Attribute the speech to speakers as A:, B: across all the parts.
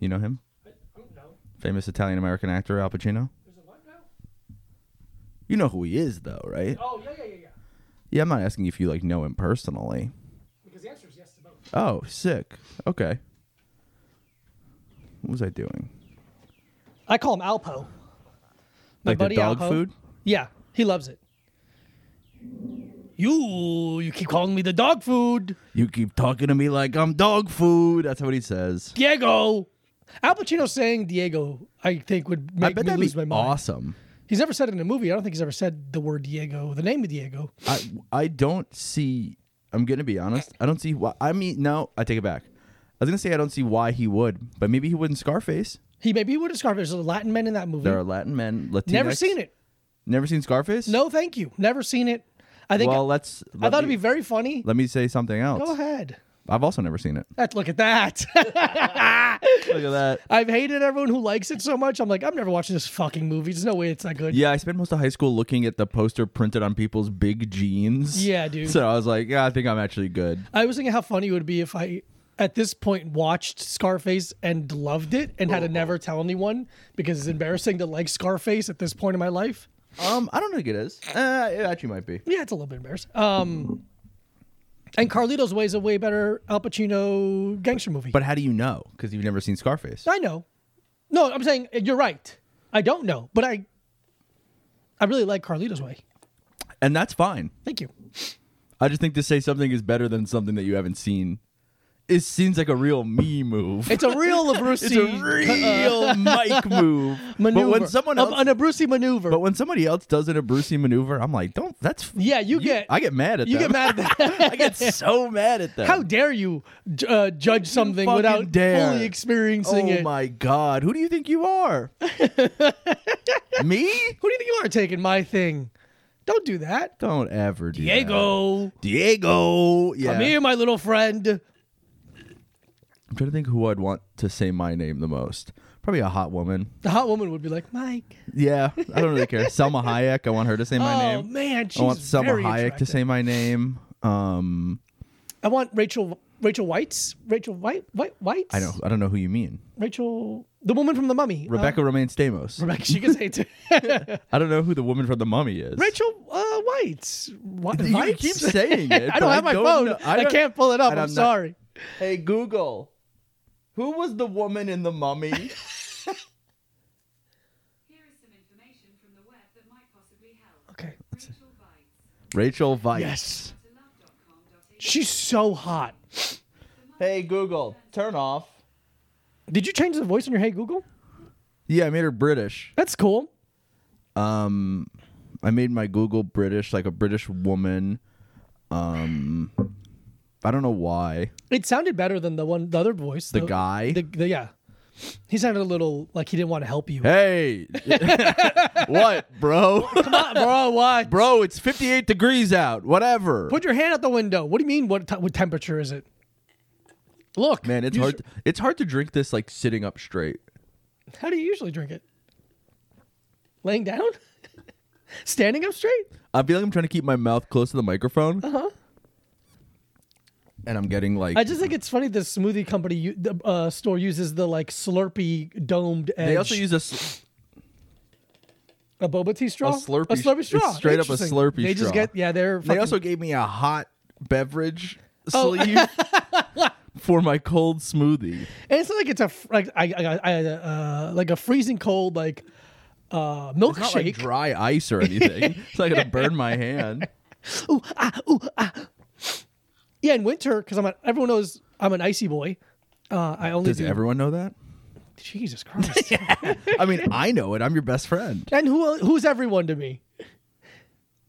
A: You know him?
B: oh,
A: Famous Italian American actor Al Pacino. You know who he is, though, right?
B: Oh yeah, yeah, yeah, yeah.
A: Yeah, I'm not asking if you like know him personally.
B: Because the answer is yes to both.
A: Oh, sick. Okay. What was I doing?
B: I call him Alpo. My
A: like
B: buddy
A: the dog
B: Alpo.
A: food?
B: Yeah, he loves it. You, you keep calling me the dog food,
A: You keep talking to me like I'm dog food. That's what he says.
B: Diego. Al Pacino saying Diego, I think would make
A: I bet
B: me
A: that'd
B: lose
A: be
B: my mind.
A: awesome.
B: He's never said it in a movie. I don't think he's ever said the word Diego, the name of Diego.
A: I I don't see. I'm gonna be honest. I don't see why. I mean, no, I take it back. I was gonna say I don't see why he would, but maybe he would in Scarface.
B: He maybe he would have Scarface. There's a Latin men in that movie.
A: There are Latin men, Latinx.
B: Hmm. Never seen it.
A: Never seen Scarface.
B: No, thank you. Never seen it. I think
A: Well, let's.
B: I thought it'd be very funny.
A: Let me say something else.
B: Go ahead.
A: I've also never seen it.
B: That, look at that.
A: Look at that.
B: I've hated everyone who likes it so much. I'm like, I'm never watching this fucking movie. There's no way it's that good.
A: Yeah, I spent most of high school looking at the poster printed on people's big jeans.
B: Yeah, dude.
A: So I was like, yeah, I think I'm actually good.
B: I was thinking how funny it would be if I, at this point, watched Scarface and loved it and
A: Oh.
B: had to never tell anyone because it's embarrassing to like Scarface at this point in my life.
A: Um, I don't think it is. Uh, it actually might be.
B: Yeah, it's a little bit embarrassing. Um, and Carlito's Way is a way better Al Pacino gangster movie.
A: But how do you know? Because you've never seen Scarface.
B: I know. No, I'm saying you're right. I don't know, but I, I really like Carlito's Way.
A: And that's fine.
B: Thank you.
A: I just think to say something is better than something that you haven't seen. It seems like a real me move.
B: It's a real Abruzzi.
A: It's a real Mike move.
B: maneuver.
A: But when someone
B: A-
A: else,
B: an Abruzzi maneuver.
A: but when somebody else does an Abruzzi maneuver, I'm like, don't. That's
B: yeah, you, get.
A: I get mad at
B: you
A: them.
B: get mad at that.
A: I get so mad at them.
B: How dare you ju- uh, judge something
A: fucking
B: without
A: dare.
B: fully experiencing
A: oh
B: it?
A: my god, who do you think you are? Me?
B: Who do you think you are taking my thing? Don't do that,
A: Don't ever do
B: Diego.
A: that. Diego. Yeah.
B: Come here, my little friend.
A: I'm trying to think who I'd want to say my name the most. Probably a hot woman.
B: The hot woman would be like, Mike.
A: Yeah, I don't really care. Selma Hayek. I want her to say my
B: oh
A: name.
B: man, she's
A: I want Selma
B: very
A: Hayek to
B: attractive.
A: say my name. Um,
B: I want Rachel. Rachel White's. Rachel White. White. White's.
A: I don't. I don't know who you mean.
B: Oh. Rachel, the woman from the Mummy. Uh,
A: Rebecca Romaine Stamos.
B: Rebecca. She gets hate.
A: I don't know who the woman from The Mummy is.
B: Rachel uh, White. What?
A: You keep saying it.
B: I
A: but
B: don't have my phone.
A: know-
B: I,
A: don't-
B: can't pull it up.
A: and
B: I'm,
A: I'm not-
B: sorry.
A: Hey Google, who was the woman in the mummy?
C: Here is some information from the web that might possibly help.
B: Okay.
C: Rachel Bites,
A: Rachel Weisz.
B: Yes.
C: to love.com.au.
B: She's so hot.
A: Hey Google, turn off.
B: Did you change the voice on your Hey Google?
A: Yeah, I made her British.
B: That's cool.
A: I made my Google British, like a British woman. Um, I don't know why.
B: It sounded better than the one, the other voice.
A: The guy?
B: The, the- yeah. He sounded a little like he didn't want to help you.
A: Hey, what, bro?
B: Ah, bro, what?
A: bro, it's 58 degrees out. Whatever.
B: Put your hand out the window. What do you mean? What, t- what temperature is it? Look,
A: Man, it's
B: you
A: hard.
B: s-
A: it's hard to drink this like sitting up straight.
B: How do you usually drink it? Laying down? Standing up straight?
A: I feel like I'm trying to keep my mouth close to the microphone. Uh huh. And I'm getting like
B: Uh-huh. I just think it's funny the smoothie company u- the, uh, store uses the like slurpy domed edge.
A: They also use a s-
B: a boba tea straw,
A: Slurpee
B: a
A: sh-
B: slurpy
A: it's
B: straw,
A: straight up a
B: Interesting.
A: Slurpee
B: They just
A: straw.
B: get yeah, they're.
A: they
B: fucking-
A: also gave me a hot beverage
B: Oh.
A: sleeve for my cold smoothie.
B: and it's not like it's a f- like I, I, I uh, like a freezing cold like uh,
A: It's not like
B: milkshake.
A: dry ice or anything. it's not gonna burn my hand.
B: ooh ah ooh ah. Yeah, in winter because I'm a, everyone knows I'm an icy boy. Uh, I only
A: Does
B: do,
A: everyone know that?
B: Jesus Christ.
A: I mean, I know it. I'm your best friend.
B: and who who's everyone to me?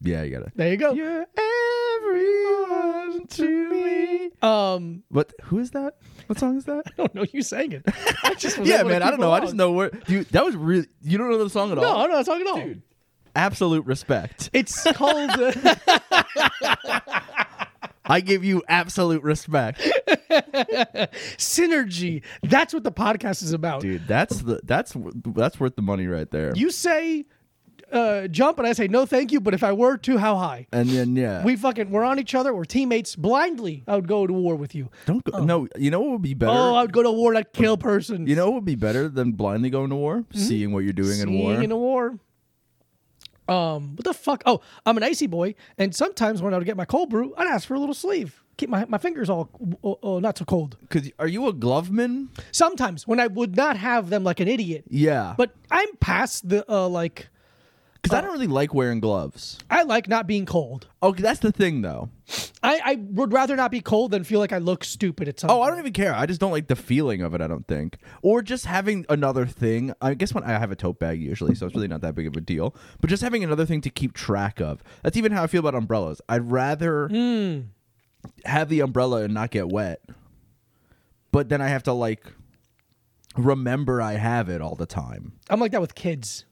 A: Yeah, you gotta.
B: There you go. Oh,
A: You're everyone to me.
B: Um,
A: What? Who is that? What song is that?
B: I don't know. You sang it. I just was
A: yeah,
B: able to
A: man. I
B: keep
A: don't know. I just
B: along.
A: know where. You, that was really. You don't know the song at
B: No,
A: all.
B: I don't know that song at all.
A: Dude. Absolute respect.
B: It's called. uh,
A: I give you absolute respect.
B: synergy. That's what the podcast is about.
A: dude that's the that's w- that's worth the money right there
B: You say uh, jump?" And I say, "No, thank you." But if I were to, how high?
A: And then yeah,
B: We fucking we're on each other. We're teammates. Blindly, I would go to war with you.
A: don't go. No, you know what would be better.
B: Oh, I would go to war to kill person.
A: you know what would be better than blindly going to war,
B: Hmm?
A: seeing what you're doing in war.
B: Being in a war. Um, what the fuck? Oh, I'm an icy boy, and sometimes when I would get my cold brew, I'd ask for a little sleeve. Keep my, my fingers all oh, oh, not so cold.
A: Cause are you a glove man?
B: Sometimes when I would not have them like an idiot.
A: Yeah,
B: But uh, I'm past the uh like
A: because I don't really like wearing gloves.
B: I like not being cold.
A: Okay, that's the thing though.
B: I, I would rather not be cold than feel like I look stupid at some
A: Oh, I don't even care. I just don't like the feeling of it. I don't think, or just having another thing. I guess when I have a tote bag usually, so it's really not that big of a deal. But just having another thing to keep track of. That's even how I feel about umbrellas. I'd rather
B: Hmm.
A: have the umbrella and not get wet, but then I have to like remember I have it all the time.
B: I'm like that with kids.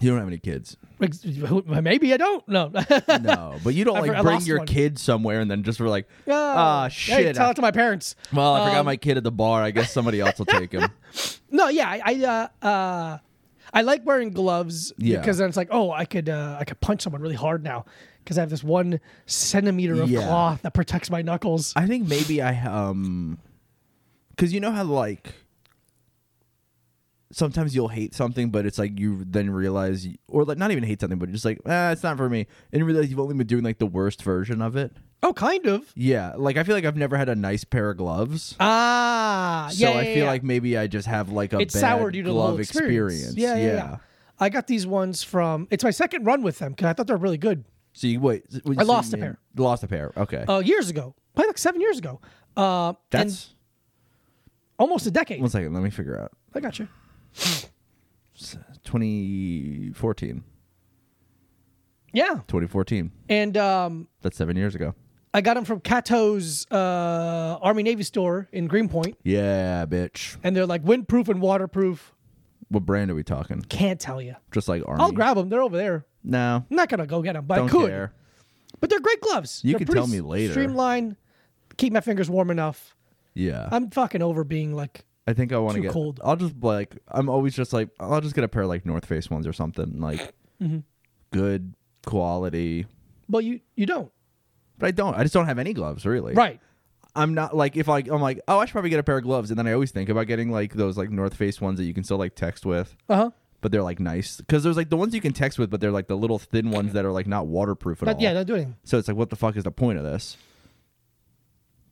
A: You don't have any kids,
B: Like, who- Maybe I don't. No.
A: no. But you don't
B: I for- I
A: like bring
B: lost
A: your
B: one.
A: kid somewhere and then just were like, ah,
B: Oh,
A: shit.
B: Hey, tell it to my parents.
A: well, I forgot
B: Um,
A: my kid at the bar. I guess somebody else will take him.
B: No, yeah, I, I uh, uh, I like wearing gloves
A: Yeah.
B: because then it's like, oh, I could uh, I could punch someone really hard now because I have this one centimeter of
A: Yeah.
B: cloth that protects my knuckles.
A: I think maybe I um, because you know how like sometimes you'll hate something, but it's like you then realize, you, or like not even hate something, but just like ah, it's not for me, and you realize you've only been doing like the worst version of it.
B: oh, kind of.
A: Yeah, like I feel like I've never had a nice pair of gloves.
B: Ah,
A: so
B: yeah.
A: I
B: yeah,
A: feel
B: yeah.
A: like maybe I just have like a
B: it
A: bad
B: soured you to the
A: glove
B: whole experience. Yeah, yeah, yeah, I got these ones from. It's my second run with them because I thought they were really good
A: So you wait. s- wait,
B: I
A: so
B: lost
A: you
B: a
A: mean-
B: pair.
A: Lost a pair. Okay.
B: uh, years ago, probably like seven years ago. Uh, and
A: That's
B: almost a decade.
A: one second. Let me figure out.
B: I got you.
A: 2014.
B: Yeah,
A: 2014.
B: and um,
A: That's seven years ago.
B: I got them from Cato's uh, Army Navy store in Greenpoint,
A: Yeah, bitch.
B: and they're like windproof and waterproof.
A: What brand are we talking?
B: Can't tell you.
A: Just like Army.
B: I'll grab them. They're over there.
A: No,
B: I'm not gonna go get them, but
A: don't
B: I could.
A: care.
B: But they're great gloves.
A: You
B: They're
A: can
B: pretty
A: tell me later.
B: Streamline. Keep my fingers warm enough.
A: Yeah, i
B: I'm fucking over being like.
A: think I want to
B: too
A: get.
B: cold.
A: I'll just like. I'm always just like. I'll just get a pair of like North Face ones or something like
B: Mm-hmm.
A: good quality.
B: Well, you you don't.
A: But I don't. I just don't have any gloves really.
B: Right.
A: I'm not like if like I'm like oh I should probably get a pair of gloves and then I always think about getting like those like North Face ones that you can still like text with.
B: Uh huh.
A: But they're like nice because there's like the ones you can text with, but they're like the little thin ones that are like not waterproof at
B: But
A: all.
B: yeah, not doing. anything.
A: So it's like, what the fuck is the point of this?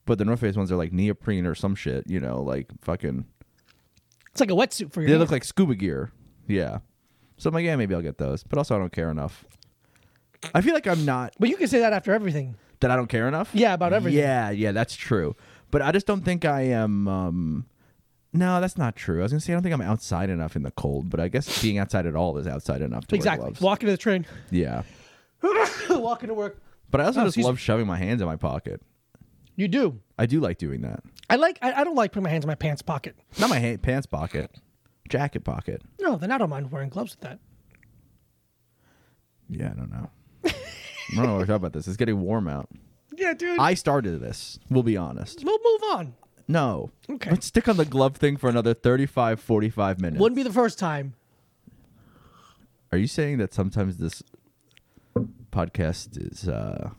A: But the North Face ones are like neoprene or some shit, you know, like fucking.
B: It's like a wetsuit for your.
A: They look
B: hand.
A: like scuba gear. Yeah. So I'm like, yeah, maybe I'll get those. But also, I don't care enough. I feel like I'm not
B: but you can say that after everything.
A: that I don't care enough.
B: Yeah, about everything.
A: Yeah, yeah, that's true. But I just don't think I am. Um, no, that's not true. I was gonna say I don't think I'm outside enough in the cold, but I guess being outside at all is outside enough to
B: Exactly.
A: wear gloves.
B: Walking to the train.
A: yeah,
B: walking to work.
A: but I also
B: Oh,
A: just
B: excuse
A: love shoving my hands in my pocket.
B: You do.
A: I do like doing that.
B: I like. I, I don't like putting my hands in my pants pocket.
A: Not my ha- pants pocket, jacket pocket.
B: No, then I don't mind wearing gloves with that.
A: Yeah, I don't know. I don't know what we're talking about. This it's getting warm out.
B: Yeah, dude.
A: I started this. We'll be honest.
B: we'll move on.
A: No.
B: Okay.
A: Let's stick on the glove thing for another 35, 45 minutes.
B: Wouldn't be the first time.
A: Are you saying that sometimes this podcast is uh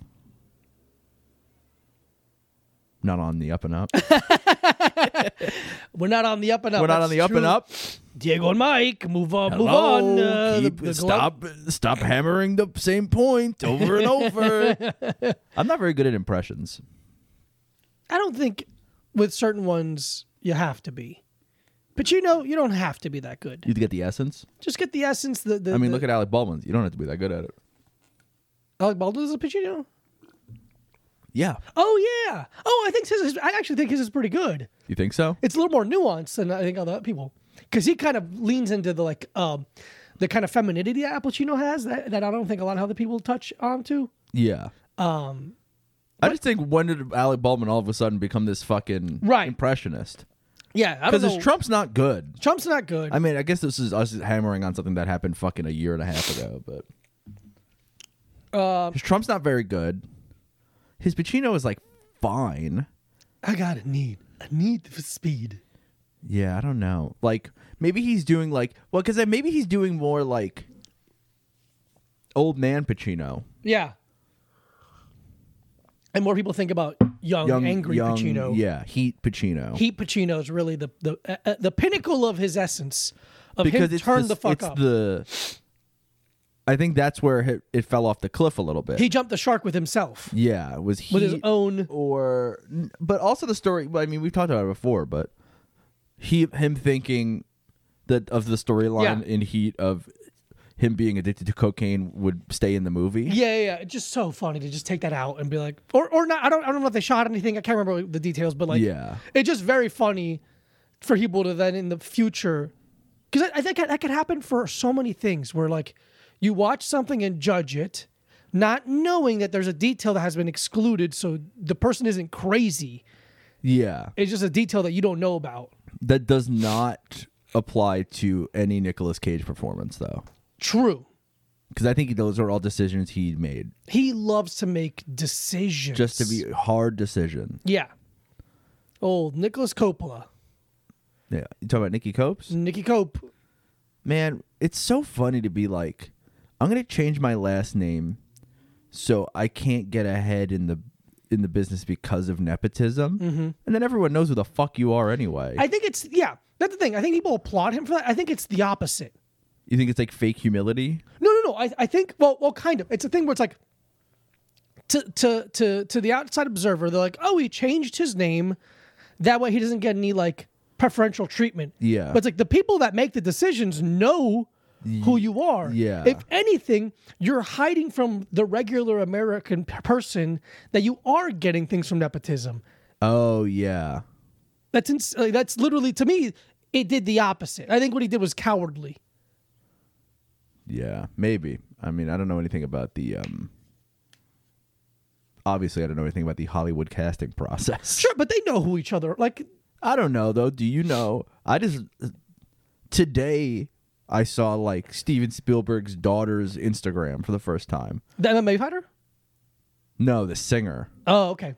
A: not on the up and up?
B: We're not on the up and up.
A: We're not
B: That's
A: on the up
B: true.
A: and up.
B: Diego and Mike, move on, move on.
A: Hello?
B: Uh, the-
A: Keep-
B: the glove-
A: stop stop hammering the same point over and over. I'm not very good at impressions.
B: I don't think with certain ones you have to be, but you know you don't have to be that good.
A: You get the essence?
B: Just get the essence. The, the
A: I mean,
B: the,
A: look at Alec Baldwin's. You don't have to be that good at it.
B: Alec Baldwin's a Pacino.
A: Yeah.
B: Oh yeah. Oh, I think his. is- I actually think his is pretty good.
A: You think so?
B: It's a little more nuanced than I think other people, because he kind of leans into the like um, the kind of femininity that Al Pacino has that, that I don't think a lot of other people touch onto.
A: Yeah. Um I just think when did Alec Baldwin all of a sudden become this fucking
B: Right.
A: impressionist?
B: Yeah, I don't
A: Because
B: know.
A: his Trump's not good.
B: Trump's not good.
A: I mean, I guess this is us hammering on something that happened fucking a year and a half ago, but uh, Trump's not very good. His Pacino is like fine.
B: I got a need. I need for speed.
A: Yeah, I don't know. Like maybe he's doing like well, because maybe he's doing more like old man Pacino.
B: Yeah. And more people think about young,
A: Young,
B: Oh, angry
A: young,
B: Pacino.
A: Yeah, heat Pacino.
B: Heat Pacino is really the the uh, uh, the pinnacle of his essence of
A: because
B: him
A: it's
B: turn the, fuck
A: it's
B: up.
A: the. I think that's where it, it fell off the cliff a little bit.
B: he jumped the shark with himself.
A: yeah, it was he
B: With his own-
A: or but also the story. I mean, we've talked about it before, but he him thinking that of the storyline
B: Yeah.
A: in Heat of him being addicted to cocaine would stay in the movie.
B: Yeah, yeah, yeah. It's just so funny to just take that out and be like, or or not. I don't, I don't know if they shot anything. I can't remember the details, but like,
A: Yeah.
B: it's just very funny for people to then in the future, because I, I think that could happen for so many things. Where like, you watch something and judge it, not knowing that there's a detail that has been excluded, so the person isn't crazy.
A: yeah.
B: It's just a detail that you don't know about.
A: That does not apply to any Nicolas Cage performance though,
B: True.
A: because I think those are all decisions he made,
B: He loves to make decisions.
A: just to be hard decision.
B: Yeah. Old Nicholas Coppola,
A: Yeah, Mm. you talking about Nikki Copes?
B: Nicky Cope.
A: Man, it's so funny to be like, I'm gonna change my last name, so I can't get ahead in the in the business because of nepotism, mm-hmm. and then everyone knows who the fuck you are anyway.
B: I think it's yeah. That's the thing. I think people applaud him for that. I think it's the opposite.
A: you think it's like fake humility?
B: No, no, no. I, I think well, well, kind of. It's a thing where it's like to to to to the outside observer, they're like, oh, he changed his name. That way, he doesn't get any like preferential treatment.
A: Yeah.
B: But it's like the people that make the decisions know who you are.
A: yeah.
B: If anything, you're hiding from the regular American p- person that you are getting things from nepotism.
A: Oh yeah,
B: That's ins- like, that's literally to me. It did the opposite. I think what he did was cowardly.
A: yeah, maybe. I mean, I don't know anything about the um. Obviously, I don't know anything about the Hollywood casting process.
B: Sure, but they know who each other. Like,
A: I don't know though. Do you know? I just today I saw like Steven Spielberg's daughter's Instagram for the first time.
B: the MMA fighter.
A: No, the singer.
B: Oh, okay.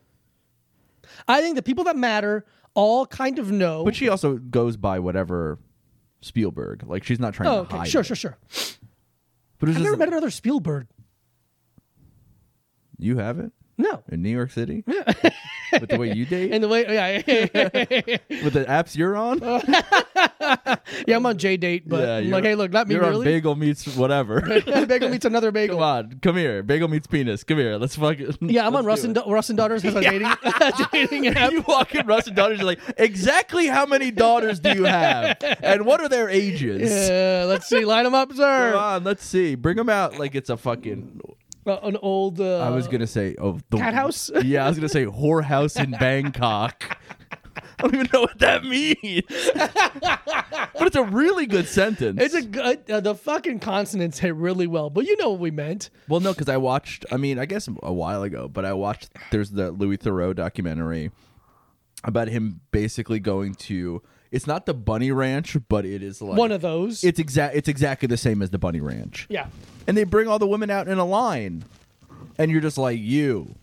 B: I think the people that matter all kind of know.
A: But she also goes by whatever Spielberg. Like she's not trying
B: oh,
A: to
B: okay.
A: hide.
B: Sure,
A: it.
B: sure, sure.
A: But it's
B: I've never
A: just,
B: met another Spielberg.
A: you have it
B: No.
A: in New York City. Yeah. With the way you date,
B: And the way, yeah,
A: with the apps you're on.
B: yeah, I'm on J date, Uh, but
A: Yeah, you're-
B: like, hey, look, not me
A: you're on
B: really.
A: bagel meets whatever.
B: bagel meets another bagel.
A: come on, come here. Bagel meets penis. Come here. Let's fucking.
B: Yeah, I'm on
A: let's
B: Russ
A: do
B: and,
A: it.
B: da- Russ and Daughters because I'm dating, dating app.
A: you walk in Russ and daughters, you're like, exactly how many daughters do you have, and what are their ages?
B: Yeah, let's see. Line them up,
A: Come
B: sir.
A: on, let's see. Bring them out like it's a fucking.
B: Uh, an old. Uh,
A: I was gonna say oh the
B: Cat house?
A: yeah, I was gonna say whorehouse in Bangkok. I don't even know what that means, but it's a really good sentence.
B: It's a good. Uh, the fucking consonants hit really well, but you know what we meant.
A: Well, no, because I watched. I mean, I guess a while ago, but I watched. There's the Louis Theroux documentary about him basically going to. It's not the Bunny Ranch, but it is like
B: One of those.
A: It's exact. It's exactly the same as the Bunny Ranch.
B: yeah.
A: And they bring all the women out in a line, and you're just like, you,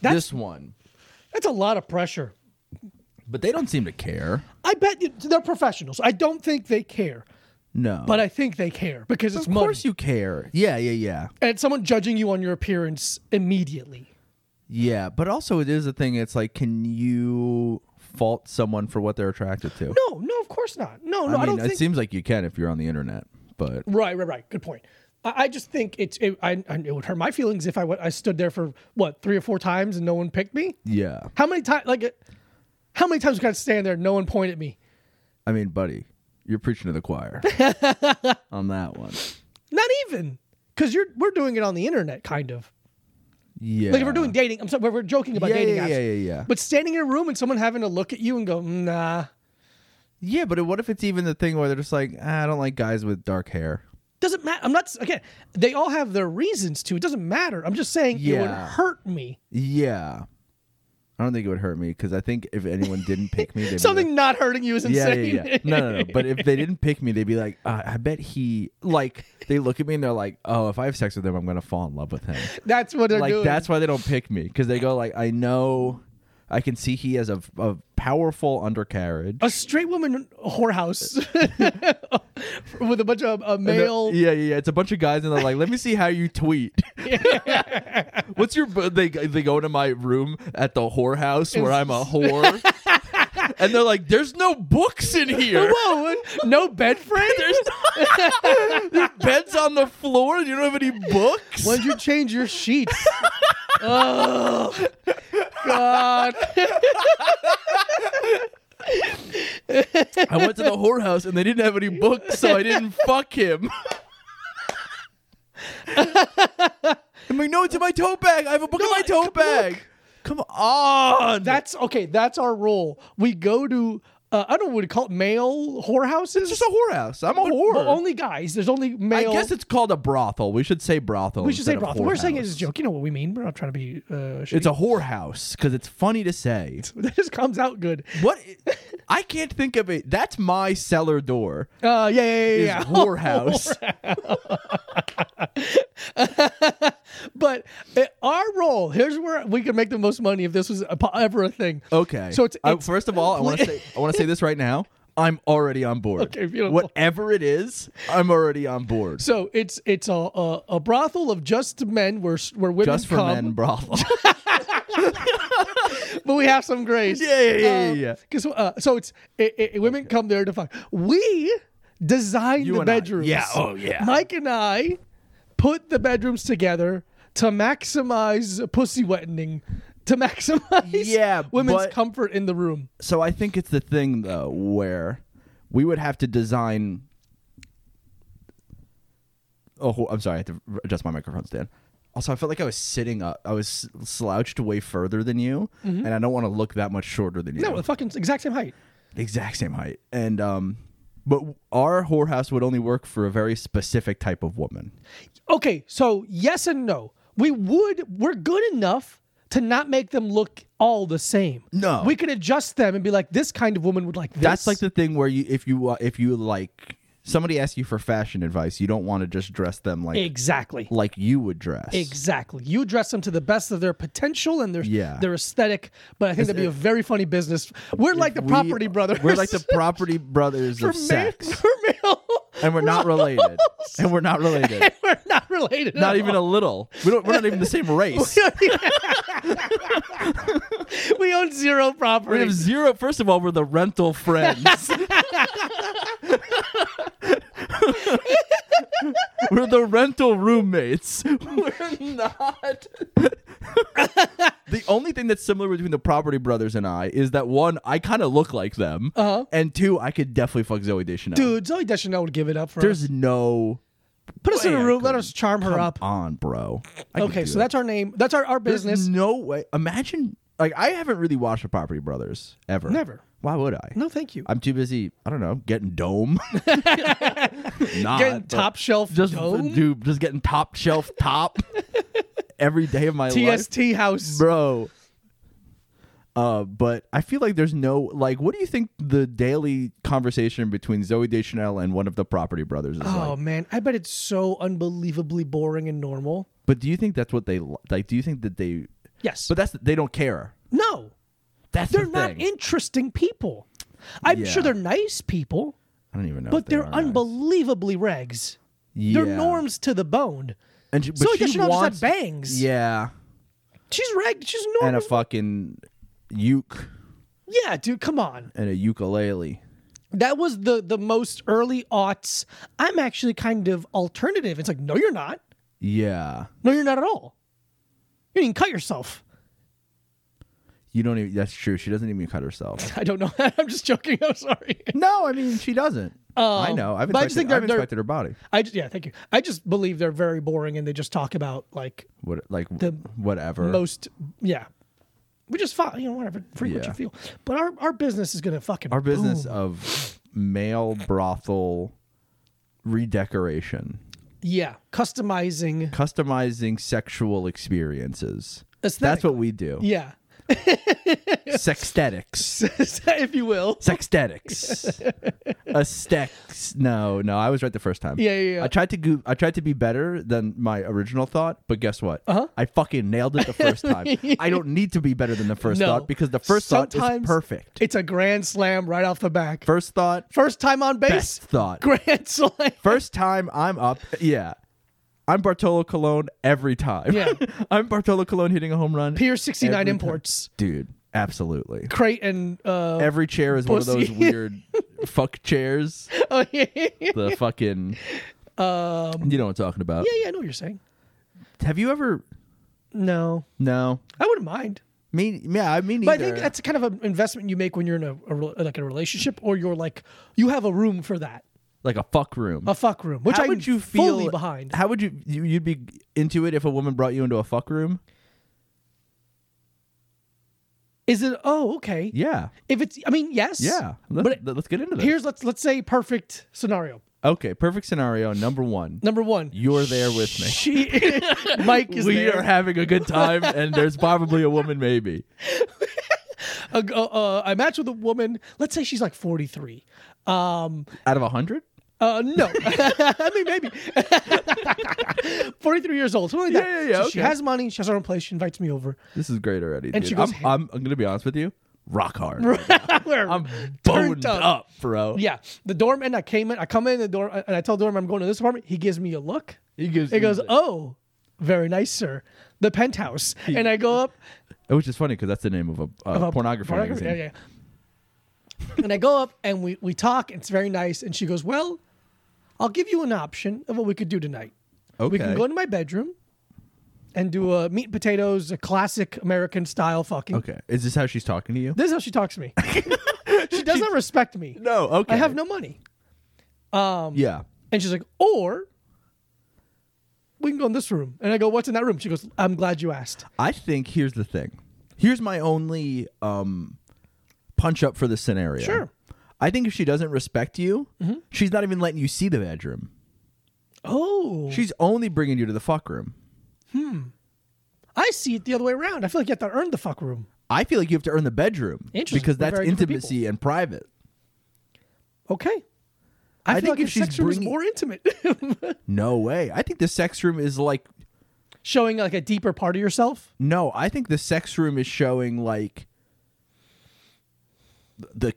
B: That's-
A: this one.
B: That's a lot of pressure.
A: But they don't seem to care.
B: I bet you, they're professionals. I don't think they care,
A: No.
B: but I think they care because it's
A: of
B: money.
A: course you care. Yeah, yeah, yeah,
B: and someone judging you on your appearance immediately.
A: yeah. But also, it is a thing. It's like, can you fault someone for what they're attracted to?
B: No, no, of course not. No, no, I,
A: I mean,
B: don't
A: it
B: think.
A: seems like you can if you're on the internet, but
B: right, right, right. Good point. I, I just think it's it, I, I, it would hurt my feelings if I went, I stood there for what three or four times and no one picked me.
A: yeah.
B: How many times? Like, uh, how many times can I stand there? and No one point at me.
A: I mean, buddy, you're preaching to the choir on that one.
B: Not even because you're we're doing it on the internet, kind of.
A: Yeah.
B: Like if we're doing dating, I'm sorry, we're- we're joking about
A: Yeah,
B: dating
A: yeah,
B: apps.
A: yeah, yeah, yeah.
B: But standing in a room and someone having to look at you and go, "Mm, nah,
A: Yeah, but what if it's even the thing where they're just like, ah, I don't like guys with dark hair.
B: doesn't matter. I'm not s- again. They all have their reasons to. It doesn't matter. I'm just saying it would
A: Yeah.
B: hurt me.
A: Yeah. I don't think it would hurt me because I think if anyone didn't pick me, they'd be
B: Something
A: like-
B: not hurting you is
A: yeah,
B: insane.
A: yeah, yeah. No, no, no. But if they didn't pick me, they'd be like, uh, I bet he like. They look at me and they're like, Oh, if I have sex with him, I'm gonna fall in love with him.
B: that's what they're
A: like
B: doing.
A: that's why they don't pick me because they go like, I know, I can see he has a, a powerful undercarriage.
B: a straight woman whorehouse with a bunch of uh,
A: Uh, And they're-
B: male.
A: Yeah, yeah, yeah. It's a bunch of guys, and they're like, "Let me see how you tweet." What's your? bu- They they go into my room at the whorehouse where I'm a whore, and they're like, "There's no books in here.
B: Whoa, no bed frame.
A: There's no beds on the floor. You don't have any books."
B: When'd you change your sheets? oh God!
A: I went to the whorehouse, and they didn't have any books, so I didn't fuck him. I'm like, no, it's in my tote bag. I have a book in my tote bag. Come on.
B: That's okay. That's our rule. We go to uh, I don't know what to call it, male whorehouses.
A: It's just a whorehouse. I'm a
B: But-
A: whore.
B: but only guys. There's only male.
A: I guess it's called a brothel. We should say brothel.
B: we should say
A: instead of
B: brothel. We're saying it's a
A: whorehouse.
B: joke. You know what we mean. We're not trying to be. Uh,
A: It's a whorehouse because it's funny to say.
B: that just comes out good.
A: What? I can't think of it. That's my cellar door.
B: Uh, yeah, yeah, yeah,
A: Is
B: yeah.
A: whorehouse.
B: But uh, our role here's where we could make the most money if this was a po- ever a thing.
A: Okay. Uh,
B: So it's,
A: I-
B: it's
A: first of all, I want to say I want to say this right now. I'm already on board.
B: Okay, beautiful.
A: Whatever it is, I'm already on board.
B: So it's it's a, a, a brothel of just men where s- where women
A: Just for
B: come,
A: men brothel.
B: but we have some grace.
A: Yeah, yeah, yeah,
B: um,
A: yeah, yeah.
B: Because Uh, so it's it, it, women come there to fuck. We design
A: You
B: the
A: and I.
B: bedrooms.
A: Yeah, oh, yeah.
B: Mike and I put the bedrooms together to maximize pussy wetting, to maximize
A: Yeah,
B: women's
A: but-
B: comfort in the room.
A: so I think it's the thing though where we would have to design. Oh, ho- I'm sorry. I had to r- adjust my microphone stand. Also, I felt like I was sitting up. I was slouched way further than you, and I don't want to look that much shorter than you.
B: Mm-hmm. No, the fucking exact same height.
A: The exact same height. And um, but our whorehouse would only work for a very specific type of woman.
B: Okay, so yes and no. We would we're good enough to not make them look all the same.
A: No.
B: We could adjust them and be like this kind of woman would like this.
A: That's like the thing where you, if you, uh, if you like, somebody asks you for fashion advice, you don't want to just dress them like
B: Exactly.
A: like you would dress.
B: Exactly. You dress them to the best of their potential and their
A: Yeah.
B: their aesthetic, but I think that'd be a very funny business. We're like the
A: We-
B: property brothers.
A: We're like the property brothers
B: for
A: of sex,
B: we male.
A: and we're not related. And we're not related.
B: we're not related.
A: Not
B: at
A: even a
B: all.
A: little. We don't. We're not even the same race.
B: we own zero property.
A: We have zero. First of all, we're the rental friends. we're the rental roommates. We're not. the only thing that's similar between the Property Brothers and I is that one, I kind of look like them,
B: Uh-huh.
A: and two, I could definitely fuck Zoe Deschanel.
B: Dude, Zoe Deschanel would give it up for us.
A: there's no
B: Put us in
A: way
B: a
A: I
B: room. Let
A: couldn't.
B: us charm her
A: come
B: up.
A: on, bro. I could
B: Okay,
A: do
B: so
A: it.
B: that's our name. That's our, our
A: There's
B: business.
A: No way. Imagine like I haven't really watched the Property Brothers ever.
B: Never.
A: Why would I?
B: No, thank you.
A: I'm too busy. I don't know, getting dome. Not
B: Getting
A: but
B: top shelf
A: Just
B: dome?
A: dude, just getting top shelf top every day of my life,
B: TST house.
A: bro. Uh, but I feel like there's no like. What do you think the daily conversation between Zoe Deschanel and one of the Property Brothers is
B: Oh
A: like?
B: man, I bet it's so unbelievably boring and normal.
A: But do you think that's what they li- like? Do you think that they?
B: Yes,
A: But that's they don't care.
B: no,
A: That's
B: they're
A: the
B: not
A: thing.
B: interesting people. I'm
A: Yeah.
B: sure they're nice people,
A: I don't even know. if
B: but
A: they
B: they're
A: are nice.
B: unbelievably regs.
A: Yeah.
B: They're norms to the bone.
A: And she, but
B: Zoe
A: she
B: Deschanel just had
A: wants
B: bangs.
A: Yeah,
B: She's regged. She's
A: and
B: normal.
A: a fucking uke
B: yeah, dude, come on.
A: and a ukulele.
B: That was the the most early aughts. I'm actually kind of alternative. It's like, no, you're not.
A: Yeah,
B: No, you're not at all. You didn't cut yourself.
A: you don't even. That's true. She doesn't even cut herself.
B: I don't know. I'm just joking. I'm sorry.
A: no, I mean she doesn't. I know. I've
B: Oh, but
A: inspected,
B: I just think
A: I've
B: they're- they're-
A: inspected her body.
B: I just, yeah, thank you. I just believe they're very boring and they just talk about like
A: What like
B: The
A: whatever.
B: most yeah. We just fought, you know, whatever, freak what
A: Yeah.
B: you feel. But our, our business is gonna fucking
A: Our business uh,
B: boom.
A: of male brothel redecoration,
B: yeah, customizing
A: customizing sexual experiences. That's
B: Aesthetically.
A: what we do.
B: yeah.
A: Sextetics.
B: if you will.
A: Sextetics. A stex. No, no, I was right the first time.
B: Yeah, yeah, yeah.
A: I tried to go- I tried to be better than my original thought, but guess what?
B: Uh-huh.
A: I fucking nailed it the first time. I don't need to be better than the first
B: No.
A: thought because the first thought is
B: Sometimes
A: perfect.
B: It's a grand slam right off the back.
A: first thought,
B: First time on base.
A: best thought.
B: Grand slam.
A: First time I'm up, yeah. I'm Bartolo Colon every time.
B: Yeah.
A: I'm Bartolo Colon hitting a home run.
B: Pier 69
A: every time.
B: imports.
A: Dude, absolutely.
B: Creighton. Uh,
A: Every chair is one of
B: Pussy.
A: those weird fuck chairs.
B: oh, yeah, yeah, yeah.
A: The fucking
B: Um,
A: you know what I'm talking about.
B: yeah, yeah, I know what you're saying.
A: Have you ever
B: No,
A: No.
B: I wouldn't mind.
A: Me yeah, I mean
B: But I think that's kind of an investment you make when you're in a, a rel- like a relationship or you're like you have a room for that,
A: like a fuck room.
B: a fuck room, which
A: how
B: I'm
A: would you feel
B: fully behind.
A: How would you you- you'd be into it if a woman brought you into a fuck room?
B: Is it? Oh, okay.
A: Yeah.
B: If it's, I mean, yes.
A: Yeah. Let's,
B: But
A: let's get into this.
B: here's let's let's say perfect scenario
A: okay, perfect scenario number 1.
B: number one.
A: You're there with me.
B: She, Mike is
A: we
B: there.
A: are having a good time, and there's probably a woman, maybe.
B: a, g- uh, I match with a woman. Let's say she's like 43. Um,
A: Out of a hundred?
B: uh, no, I mean maybe 43 years old. Something like that.
A: Yeah, yeah, yeah,
B: So She
A: okay.
B: has money. She has her own place. She invites me over.
A: This is great already.
B: And
A: dude.
B: she goes,
A: I'm, I'm, I'm gonna be honest with you, rock hard. right now.
B: We're
A: I'm
B: turned
A: boned up, bro.
B: Yeah, the doorman. I came in. I come in the door, and I tell the doorman I'm going to this apartment. He gives me a look.
A: He gives.
B: It goes,
A: me the-
B: "Oh, very nice, sir." The penthouse, and I go up.
A: which is funny because that's the name of a, uh,
B: of a
A: pornography,
B: pornography-
A: magazine.
B: Yeah, yeah. and I go up and we we talk. It's very nice. And she goes, "Well, I'll give you an option of what we could do tonight.
A: Okay.
B: We can go into my bedroom and do a meat and potatoes, a classic American style fucking.
A: okay. Is this how she's talking to you?
B: This is how she talks to me. she does not respect me.
A: No. Okay.
B: I have no Um, money.
A: Yeah.
B: And she's like, or we can go in this room. And I go, what's in that room? She goes, I'm glad you asked.
A: I think here's the thing. Here's my only um, punch up for the scenario.
B: Sure. Mm-hmm.
A: I think if she doesn't respect you, she's not even letting you see the bedroom.
B: Oh,
A: She's only bringing you to the fuck room.
B: I see it the other way around. I feel like you have to earn the fuck room.
A: I feel like you have to earn the bedroom
B: Interesting.
A: because
B: We're
A: that's
B: very different
A: intimacy and private.
B: Okay. I,
A: I
B: feel
A: think
B: like
A: if
B: the
A: she's
B: sex room is
A: bringing-
B: more intimate,
A: No way. I think the sex room is like
B: showing like a deeper part of yourself.
A: no. I think the sex room is showing like the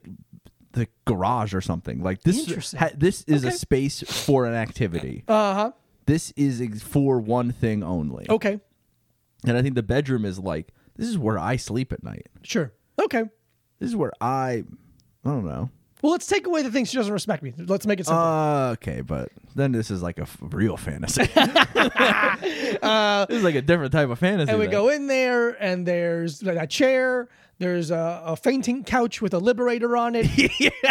A: the garage or something. Like this.
B: Interesting.
A: Ha, this is a
B: Okay.
A: space for an activity.
B: Uh huh.
A: This is ex- for one thing only.
B: Okay.
A: And I think the bedroom is like this is where I sleep at night.
B: Sure. Okay.
A: This is where I. I don't know.
B: Well, let's take away the things she doesn't respect me. Let's make it simple.
A: Uh, okay, but then this is like a f- real fantasy. this is like a different type of fantasy.
B: and Uh, we
A: then.
B: go in there, and there's like a chair. There's a, a fainting couch with a liberator on it.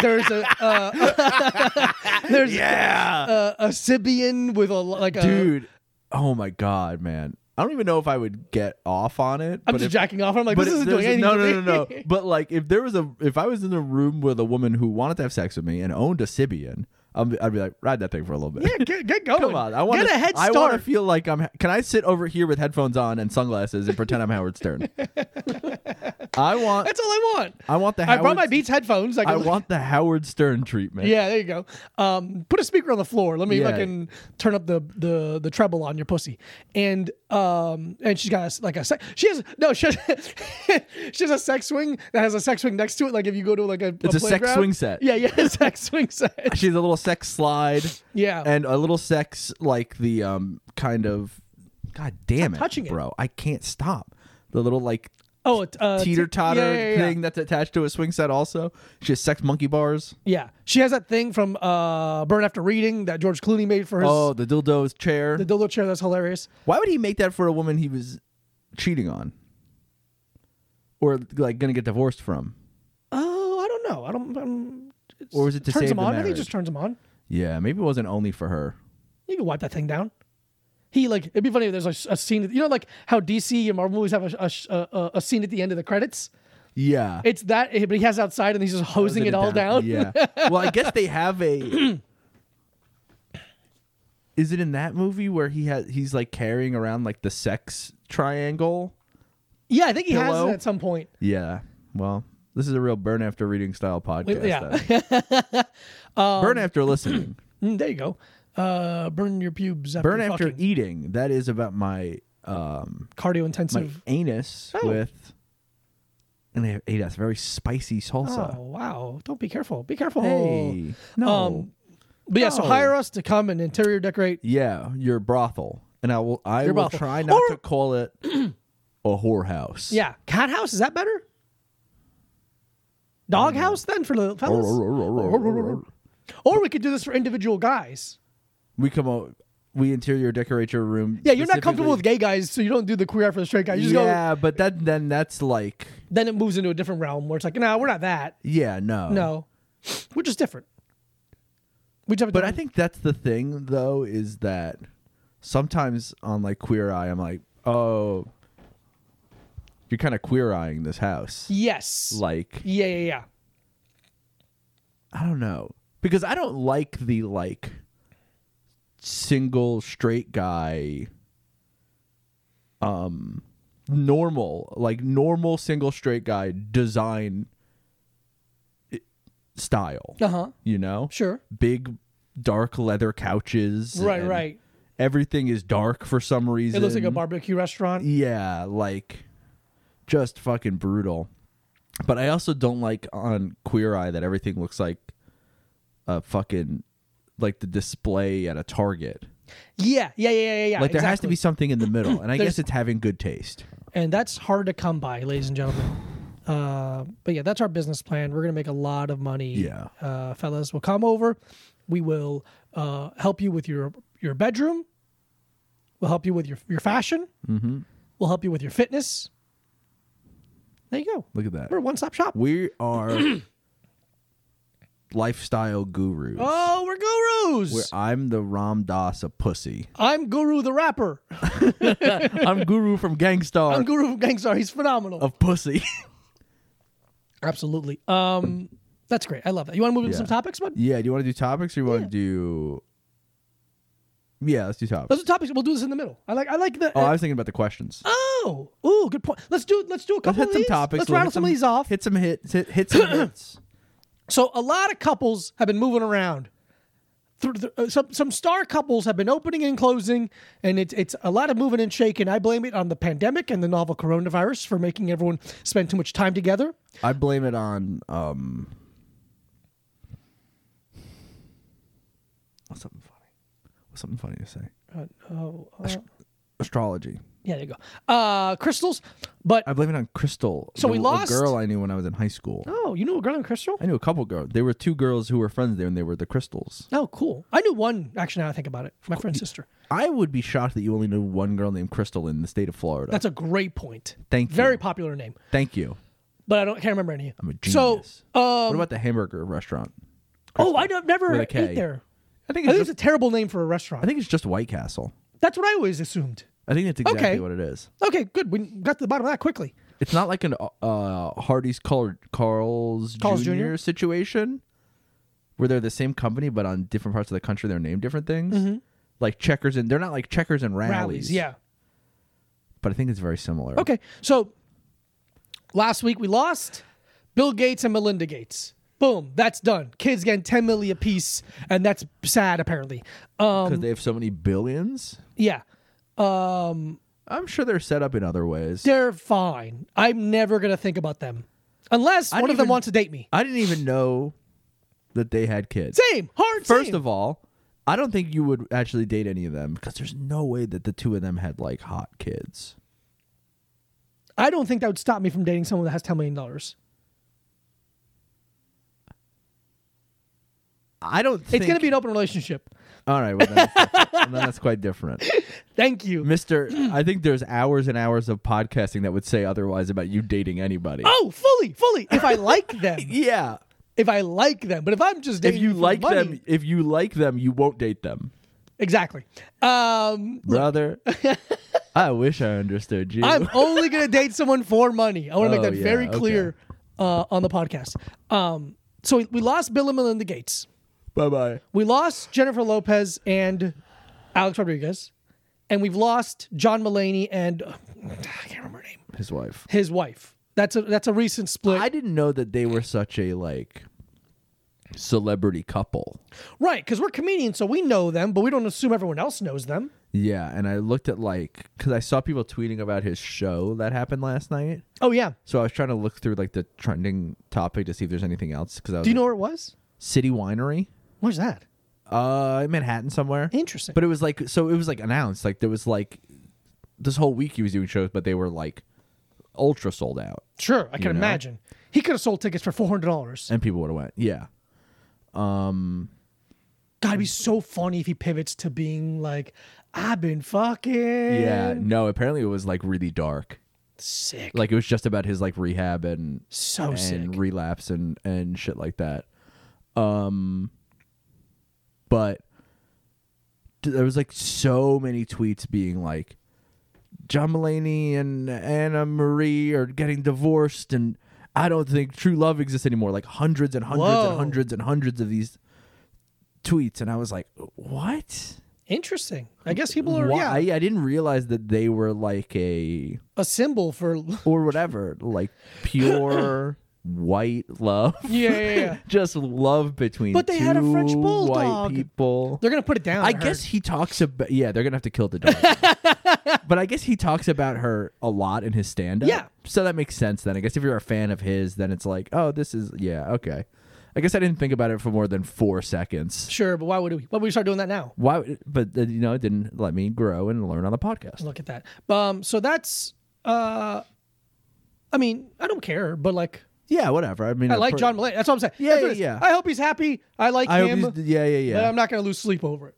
B: There's a uh, there's
A: Yeah,
B: a, a Sibian with a like a.
A: dude. Oh my god, man. I don't even know if I would get off on it.
B: I'm
A: but
B: just
A: if-
B: jacking off. I'm like,
A: but
B: this
A: if
B: isn't
A: there's
B: doing
A: a- No,
B: anything. to
A: no, no,
B: me.
A: no. but like, if there was a, if I was in a room with a woman who wanted to have sex with me and owned a Sibian, I'm, I'd be like, ride that thing for a little bit.
B: yeah, get, get going.
A: Come on, I want
B: get a head
A: I want to
B: start.
A: feel like I'm. Can I sit over here with headphones on and sunglasses and pretend I'm Howard Stern? I want.
B: That's all I want.
A: I want the.
B: I brought
A: Howard-
B: my Beats headphones. I,
A: I
B: can-
A: want the Howard Stern treatment.
B: Yeah, there you go. Um, put a speaker on the floor. Let me
A: Yeah.
B: fucking turn up the, the the treble on your pussy. And um, and she's got a s like a se- she has no she has, she has a sex swing that has a sex swing next to it. Like if you go to like a
A: It's a sex
B: playground.
A: swing set.
B: Yeah, yeah, a sex swing set.
A: She's a little sex slide.
B: Yeah.
A: And a little sex like the um kind of God damn it,
B: touching it.
A: bro. I can't stop. The little like
B: Oh, it, uh,
A: teeter totter
B: yeah, yeah, yeah.
A: thing that's attached to a swing set also. She has sex monkey bars.
B: Yeah, she has that thing from uh, Burn After Reading that George Clooney made for his
A: Oh, the dildo's chair.
B: the dildo chair. That's hilarious.
A: Why would he make that for a woman he was cheating on? Or like gonna get divorced from.
B: Oh, I don't know. I don't. Um,
A: Or was it to
B: turns
A: save
B: him
A: the
B: on? I think it
A: marriage?
B: just turns him on.
A: Yeah, maybe it wasn't only for her.
B: You can wipe that thing down. He like it'd be funny if there's like, a scene you know like how DC and Marvel movies have a, a, a, a scene at the end of the credits.
A: Yeah.
B: It's that, eh, but he has outside and he's just hosing it, all down.
A: Yeah. Well, I guess they have a. Is it in that movie where he has he's like carrying around like the sex triangle,
B: Yeah, I think he has
A: Pillow?
B: it at some point.
A: Yeah. Well, this is a real burn after reading style podcast.
B: yeah. Um,
A: then. burn after listening.
B: Mm, there you go. Uh, burn your pubes after
A: Burn after
B: fucking
A: eating. That is about my um
B: cardio
A: my
B: intensive.
A: anus
B: Oh.
A: with and they have that's very spicy salsa.
B: Oh wow! Don't be careful. Be careful.
A: Hey. No.
B: Um, but yeah, so
A: No.
B: hire us to come and interior decorate.
A: yeah, your brothel. And I will I
B: Your
A: will
B: brothel.
A: try not
B: Or-
A: to call it a whorehouse.
B: Yeah, cat house is that better? Dog
A: Mm.
B: house then for the fellas. Or we could do this for individual guys.
A: We come out we interior decorate your room.
B: Yeah, you're not comfortable with
A: specifically-
B: gay guys, so you don't do the queer eye for the straight guy. You just go.
A: Yeah, but that then that's like
B: Then it moves into a different realm where it's like, no, nah, we're not that.
A: yeah, no.
B: No, we're just different. We just have a
A: But I
B: different-
A: think that's the thing, though, is that sometimes on like Queer Eye, I'm like, oh, you're kind of queer eyeing this house.
B: yes.
A: Like,
B: yeah, yeah, yeah.
A: I don't know, because I don't like the like single straight guy, um, normal like normal single straight guy design i- style.
B: Uh huh.
A: You know,
B: Sure.
A: big dark leather couches.
B: Right,
A: and
B: right.
A: Everything is dark for some reason. E
B: It looks like a barbecue restaurant.
A: Yeah, like just fucking brutal. But I also don't like on Queer Eye that everything looks like a fucking like the display at a Target.
B: Yeah, yeah, yeah, yeah, yeah.
A: like there has to
B: exactly.
A: be something in the middle, and I
B: There's-
A: guess it's having good taste.
B: and that's hard to come by, ladies and gentlemen. Uh, but yeah, that's our business plan. We're gonna make a lot of money.
A: Yeah.
B: uh, fellas, will come over. We will uh, help you with your your bedroom. We'll help you with your your fashion. Mm-hmm. We'll help you with your fitness. There you go.
A: Look at that.
B: We're a one stop shop.
A: We are lifestyle gurus.
B: oh, we're gurus.
A: Where I'm the Ram Dass of pussy.
B: I'm Guru the rapper.
A: I'm Guru from
B: I'm
A: Gangstar
B: Guru from Gangstar. He's phenomenal.
A: of pussy.
B: Absolutely. Um, that's great. I love that. You want to move into
A: Yeah.
B: some topics, bud?
A: Yeah, do you want to do topics or you want to do? Yeah, let's do topics.
B: Those are topics. We'll do this in the middle. I like. I like the.
A: Oh, I was thinking about the questions.
B: oh, ooh, good point. Let's do. Let's do a
A: Let's
B: couple
A: hit
B: of
A: some
B: these.
A: topics.
B: Let's
A: we'll
B: rattle
A: hit
B: some of these off.
A: Hit some hits. Hit, hit some hits.
B: So a lot of couples have been moving around. Through the- uh, some some star couples have been opening and closing, and it's it's a lot of moving and shaking. I blame it on the pandemic and the novel coronavirus for making everyone spend too much time together.
A: I blame it on um. What's something funny? What's something funny to say?
B: Oh, uh,
A: Astrology.
B: yeah, there you go. Uh, crystals, but
A: I blame it on Crystal.
B: So
A: the-
B: we
A: a
B: lost-
A: girl I knew when I was in high school.
B: oh, you knew a girl named Crystal?
A: I knew a couple girls. There were two girls who were friends there, and they were the crystals.
B: Oh, cool. I knew one. Actually, now I think about it, my friend's sister.
A: I would be shocked that you only knew one girl named Crystal in the state of Florida.
B: That's a great point.
A: Thank you.
B: Very popular name,
A: Thank you.
B: but I don't can't remember any.
A: I'm a genius.
B: So,
A: what
B: um,
A: about the hamburger restaurant?
B: oh, I don't- never
A: With a
B: ate
A: K.
B: there.
A: I
B: I
A: think it's
B: think it's a
A: just,
B: terrible name for a restaurant.
A: I think it's just White Castle.
B: That's what I always assumed.
A: I think that's exactly
B: Okay.
A: what it is.
B: Okay, good. We got to the bottom of that quickly.
A: It's not like an uh, Hardy's Carl, Carl's,
B: Carl's
A: Jr.
B: Jr.?
A: situation where they're the same company but on different parts of the country they're named different things. Like checkers and they're not like checkers and rallies.
B: Mm-hmm. Rallies, yeah.
A: But I think it's very similar.
B: Okay, so last week we lost Bill Gates and Melinda Gates. Boom, that's done. Kids getting 10 million apiece, and that's sad apparently. Um,
A: Because they have so many billions.
B: yeah, Um,
A: I'm sure they're set up in other ways.
B: they're fine. I'm never gonna think about them unless one of them
A: even-
B: wants to date me.
A: I didn't even know that they had kids.
B: Same, hard.
A: First
B: same.
A: of all, I don't think you would actually date any of them because there's no way that the two of them had like hot kids.
B: I don't think that would stop me from dating someone that has 10 million dollars.
A: I don't.
B: It's gonna be an open relationship.
A: all right. Well, then, that's- then that's quite different,
B: Thank you.
A: Mister. I think there's hours and hours of podcasting that would say otherwise about you dating anybody.
B: Oh, fully, fully. If I like them,
A: yeah.
B: if I like them, but if I'm just
A: If
B: dating
A: you
B: for the
A: like
B: money-
A: them, if you like them, you won't date them,
B: Exactly. Um,
A: brother. I wish I understood you.
B: I'm only going to date someone for money. I want to
A: Oh,
B: make that
A: yeah,
B: very
A: okay.
B: clear uh, on the podcast. Um, so we, we lost Bill and Melinda Gates.
A: bye bye.
B: We lost Jennifer Lopez and Alex Rodriguez. And we've lost John Mullaney and uh, I can't remember her name?
A: his wife.
B: His wife. That's a that's a recent split.
A: I didn't know that they were such a like celebrity couple.
B: Right, because we're comedians, so we know them, but we don't assume everyone else knows them.
A: Yeah, and I looked at like because I saw people tweeting about his show that happened last night.
B: Oh yeah.
A: So I was trying to look through like the trending topic to see if there's anything else. Because I was
B: Do you know where it was?
A: City Winery,
B: Where's that?
A: uh, in Manhattan somewhere.
B: Interesting.
A: But it was like so it was like announced like there was like this whole week he was doing shows, but they were like ultra sold out,
B: sure, I can
A: You know?
B: imagine. He could have sold tickets for four hundred dollars.
A: and people would have went. Yeah,
B: God, it'd be so funny if he pivots to being like, I've been fucking
A: yeah. No, apparently it was like really dark.
B: sick.
A: Like it was just about his like rehab and
B: so sick.
A: and relapse and and shit like that. Um, but d- there was like so many tweets being like, John Mulaney and Anna Marie are getting divorced, and I don't think true love exists anymore. Like hundreds and hundreds
B: Whoa.
A: and hundreds and hundreds of these tweets, and I was like, what?
B: Interesting. I guess people are
A: Why?
B: yeah,
A: I, I didn't realize that they were like a
B: a symbol for
A: or whatever, like pure white love.
B: Yeah, yeah, yeah.
A: just love between.
B: But they
A: two
B: had a French
A: White
B: bulldog.
A: people.
B: They're gonna put it down.
A: I
B: heard.
A: guess he talks about. Yeah, they're gonna have to kill the dog. but I guess he talks about her a lot in his stand-up.
B: Yeah.
A: So that makes sense then. I guess if you're a fan of his, then it's like, oh, this is yeah, okay. I guess I didn't think about it for more than four seconds.
B: Sure, but why would we why would we start doing that now?
A: Why? would- But uh, you know, it didn't let me grow and learn on the podcast.
B: Look at that. Um, so that's uh, I mean, I don't care, but like
A: Yeah, whatever. I mean,
B: I
A: a
B: like
A: per-
B: John Mulaney. That's what I'm saying.
A: Yeah,
B: That's what
A: yeah,
B: it is.
A: yeah.
B: I hope he's happy. I like
A: I
B: him.
A: hope he's, yeah, yeah, yeah.
B: But I'm not gonna lose sleep over it.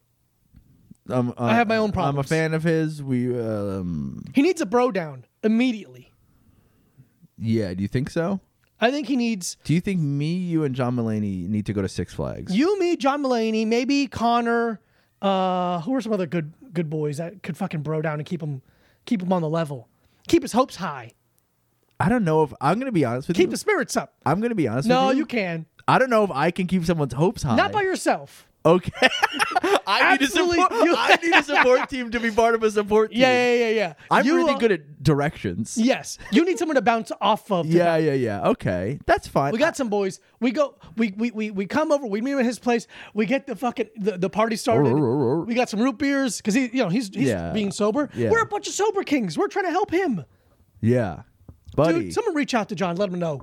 A: Um, uh,
B: I have my
A: I'm
B: own
A: a
B: problems.
A: fan of his. We, um,
B: He needs a bro down immediately.
A: yeah. Do you think so?
B: I think he needs
A: Do you think me, you, and John Mulaney need to go to Six Flags?
B: you, me, John Mulaney, maybe Connor. Uh, who are some other good good boys that could fucking bro down and keep him keep him on the level, keep his hopes high,
A: I don't know if I'm going to be honest with
B: keep
A: you.
B: the spirits up.
A: I'm going to be honest
B: No,
A: with you.
B: you can
A: I don't know if I can keep someone's hopes high.
B: not by yourself.
A: Okay. I need to
B: Absolutely,
A: support.
B: you-
A: I need a support team to be part of a support team.
B: Yeah, yeah, yeah, yeah.
A: I'm
B: You,
A: really
B: uh,
A: good at directions.
B: Yes, you need someone to bounce off of. to
A: yeah, yeah, yeah. Okay, that's fine.
B: We got some boys. We go. We we we, we come over. We meet him at his place. We get the fucking the, the party started. we got some root beers because he you know he's he's
A: Yeah.
B: being sober.
A: Yeah.
B: We're a bunch of sober kings. We're trying to help him.
A: yeah, buddy.
B: Dude, someone reach out to John. Let him know.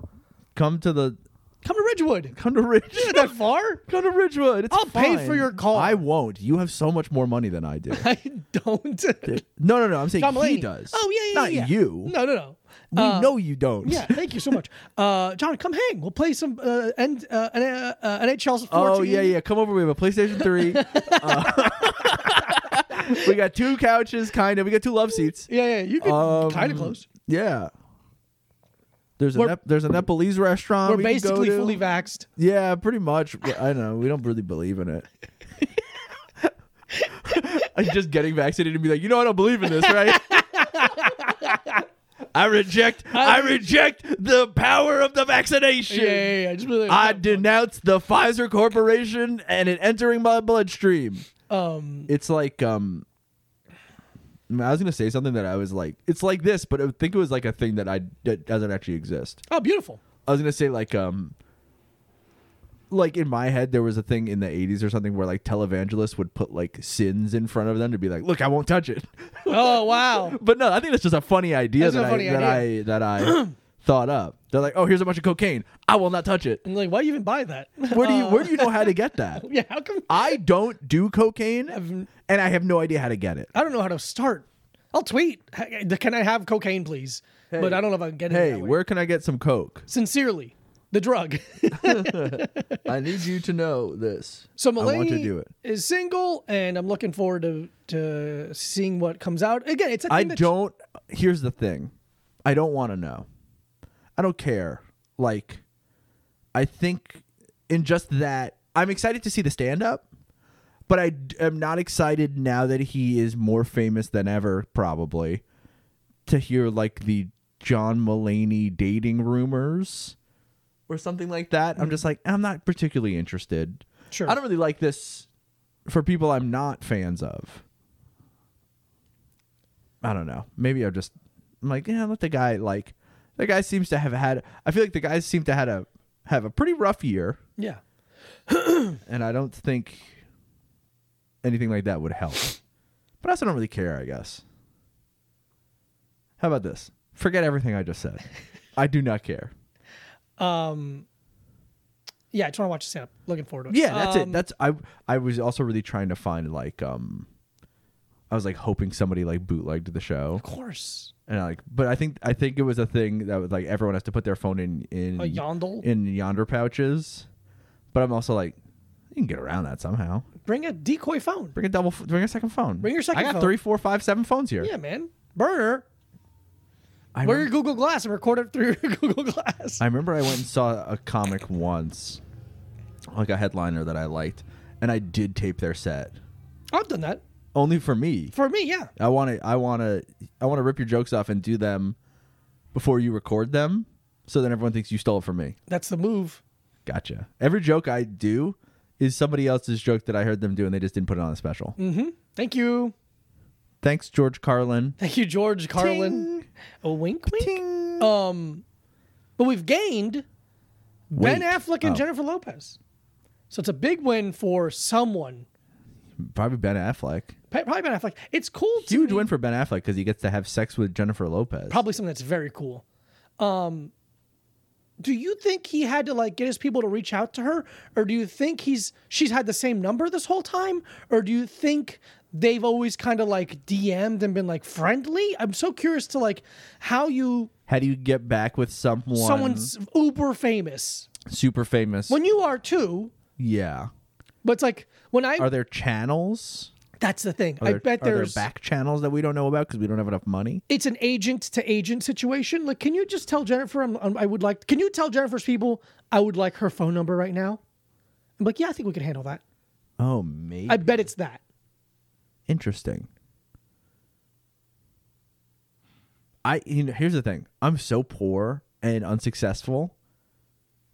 A: come to the
B: Come to Ridgewood.
A: come to Ridge.
B: You're not that far.
A: Come to Ridgewood. It's
B: I'll pay
A: fine.
B: for your car.
A: I won't. You have so much more money than I do.
B: I don't.
A: No, no, no. I'm saying
B: John
A: he
B: Mulaney.
A: does.
B: Oh yeah, yeah,
A: not
B: yeah.
A: you.
B: No, no, no. Uh,
A: we know you don't.
B: Yeah, thank you so much, uh, John. Come hang. We'll play some uh, N- uh, N- uh, uh, NHL. 14.
A: Oh yeah, yeah. Come over. We have a PlayStation Three. Uh, we got two couches, kind of. We got two love seats.
B: yeah, yeah. You can
A: Um,
B: kind of close.
A: Yeah. There's a
B: We're-
A: Nep- there's a Nepalese restaurant.
B: We're
A: we can go
B: basically
A: to.
B: fully vaxxed.
A: Yeah, pretty much. I don't know. We don't really believe in it. I'm just getting vaccinated and be like, you know, I don't believe in this, right? I reject. I, reject the power of the vaccination.
B: Yeah, yeah, yeah. Just really,
A: I denounce the Pfizer Corporation and it entering my bloodstream.
B: um,
A: It's like um I mean, I was gonna say something that I was like, it's like this, but I think it was like a thing that I that doesn't actually exist.
B: oh, beautiful.
A: I was gonna say like um like in my head there was a thing in the 80s or something where like televangelists would put like sins in front of them to be like look i won't touch it
B: Oh wow.
A: but no i think that's just a funny idea,
B: That's
A: that,
B: a
A: I,
B: funny
A: that
B: idea.
A: i that i thought up they're like oh here's a bunch of cocaine i will not touch it
B: And like, why you even buy that?
A: where do you
B: Uh,
A: where do you know how to get that
B: Yeah, how come? I,
A: I don't do cocaine, and I have no idea how to get it.
B: don't know how to start. I'll tweet. "Hey, Can I have cocaine, please? but I don't know if I can get it.
A: Hey,
B: that way.
A: where can I get some coke?
B: Sincerely, the drug.
A: I need you to know this.
B: so
A: I
B: Mulaney
A: want to do it.
B: is single, and I'm looking forward to to seeing what comes out. Again, it's a thing
A: I
B: that-
A: don't. Here's the thing, I don't want to know. I don't care. Like, I think in just that, I'm excited to see the stand up, but I d- am not excited now that he is more famous than ever, probably, to hear like the John Mulaney dating rumors or something like Mm. that. I'm just like, I'm not particularly interested.
B: Sure.
A: I don't really like this for people I'm not fans of. I don't know. Maybe I'm just I'm like, yeah, let the guy like the guy seems to have had I feel like the guys seem to had a have a pretty rough year
B: Yeah.
A: and I don't think anything like that would help. But I also don't really care, I guess. How about this? Forget everything I just said. I do not care.
B: Um, yeah, I just want to watch the stand up. Looking forward to it.
A: Yeah, that's
B: Um,
A: it. That's I I was also really trying to find like um I was like hoping somebody like bootlegged the show.
B: of course.
A: And I, like but I think I think it was a thing that was like everyone has to put their phone in in
B: A yondle.
A: in yonder pouches. But I'm also like you can get around that somehow.
B: Bring a decoy phone.
A: Bring a double. f- Bring a second phone.
B: Bring your second
A: I got
B: phone.
A: three, four, five, seven phones here.
B: Yeah, man. Burner.
A: I,
B: Wear
A: remem-
B: your Google Glass and record it through your Google Glass.
A: I remember I went and saw a comic once, like a headliner that I liked, and I did tape their set
B: I've done that.
A: only for me.
B: For me, yeah.
A: I want to. I want to. I want to rip your jokes off and do them before you record them, so then everyone thinks you stole it from me.
B: That's the move.
A: Gotcha. Every joke I do is somebody else's joke that I heard them do, and they just didn't put it on a special.
B: Mm. Thank you.
A: Thanks, George Carlin.
B: Thank you, George Carlin. A wink wink.
A: Ting.
B: Um, but we've gained Ben
A: Wait.
B: Affleck and
A: Oh.
B: Jennifer Lopez. So it's a big win for someone.
A: Probably Ben Affleck.
B: Pa- Probably Ben Affleck. It's cool. to
A: huge
B: me-
A: win for Ben Affleck because he gets to have sex with Jennifer Lopez.
B: Probably something that's very cool. Um, do you think he had to like get his people to reach out to her, or do you think he's she's had the same number this whole time, or do you think they've always kind of like DM'd and been like friendly? I'm so curious to like how you
A: How do you get back with someone
B: someone's uber famous
A: super famous?
B: when you are too.
A: yeah.
B: But it's like when I
A: Are there channels?
B: That's the thing.
A: Are
B: I
A: there,
B: bet
A: are there
B: there's
A: back channels that we don't know about because we don't have enough money.
B: it's an agent to agent situation. Like, can you just tell Jennifer I'm, I'm- I would like? Can you tell Jennifer's people I would like her phone number right now? I'm like, yeah, I think we can handle that.
A: Oh, maybe
B: I bet it's that.
A: interesting. I you know here's the thing. I'm so poor and unsuccessful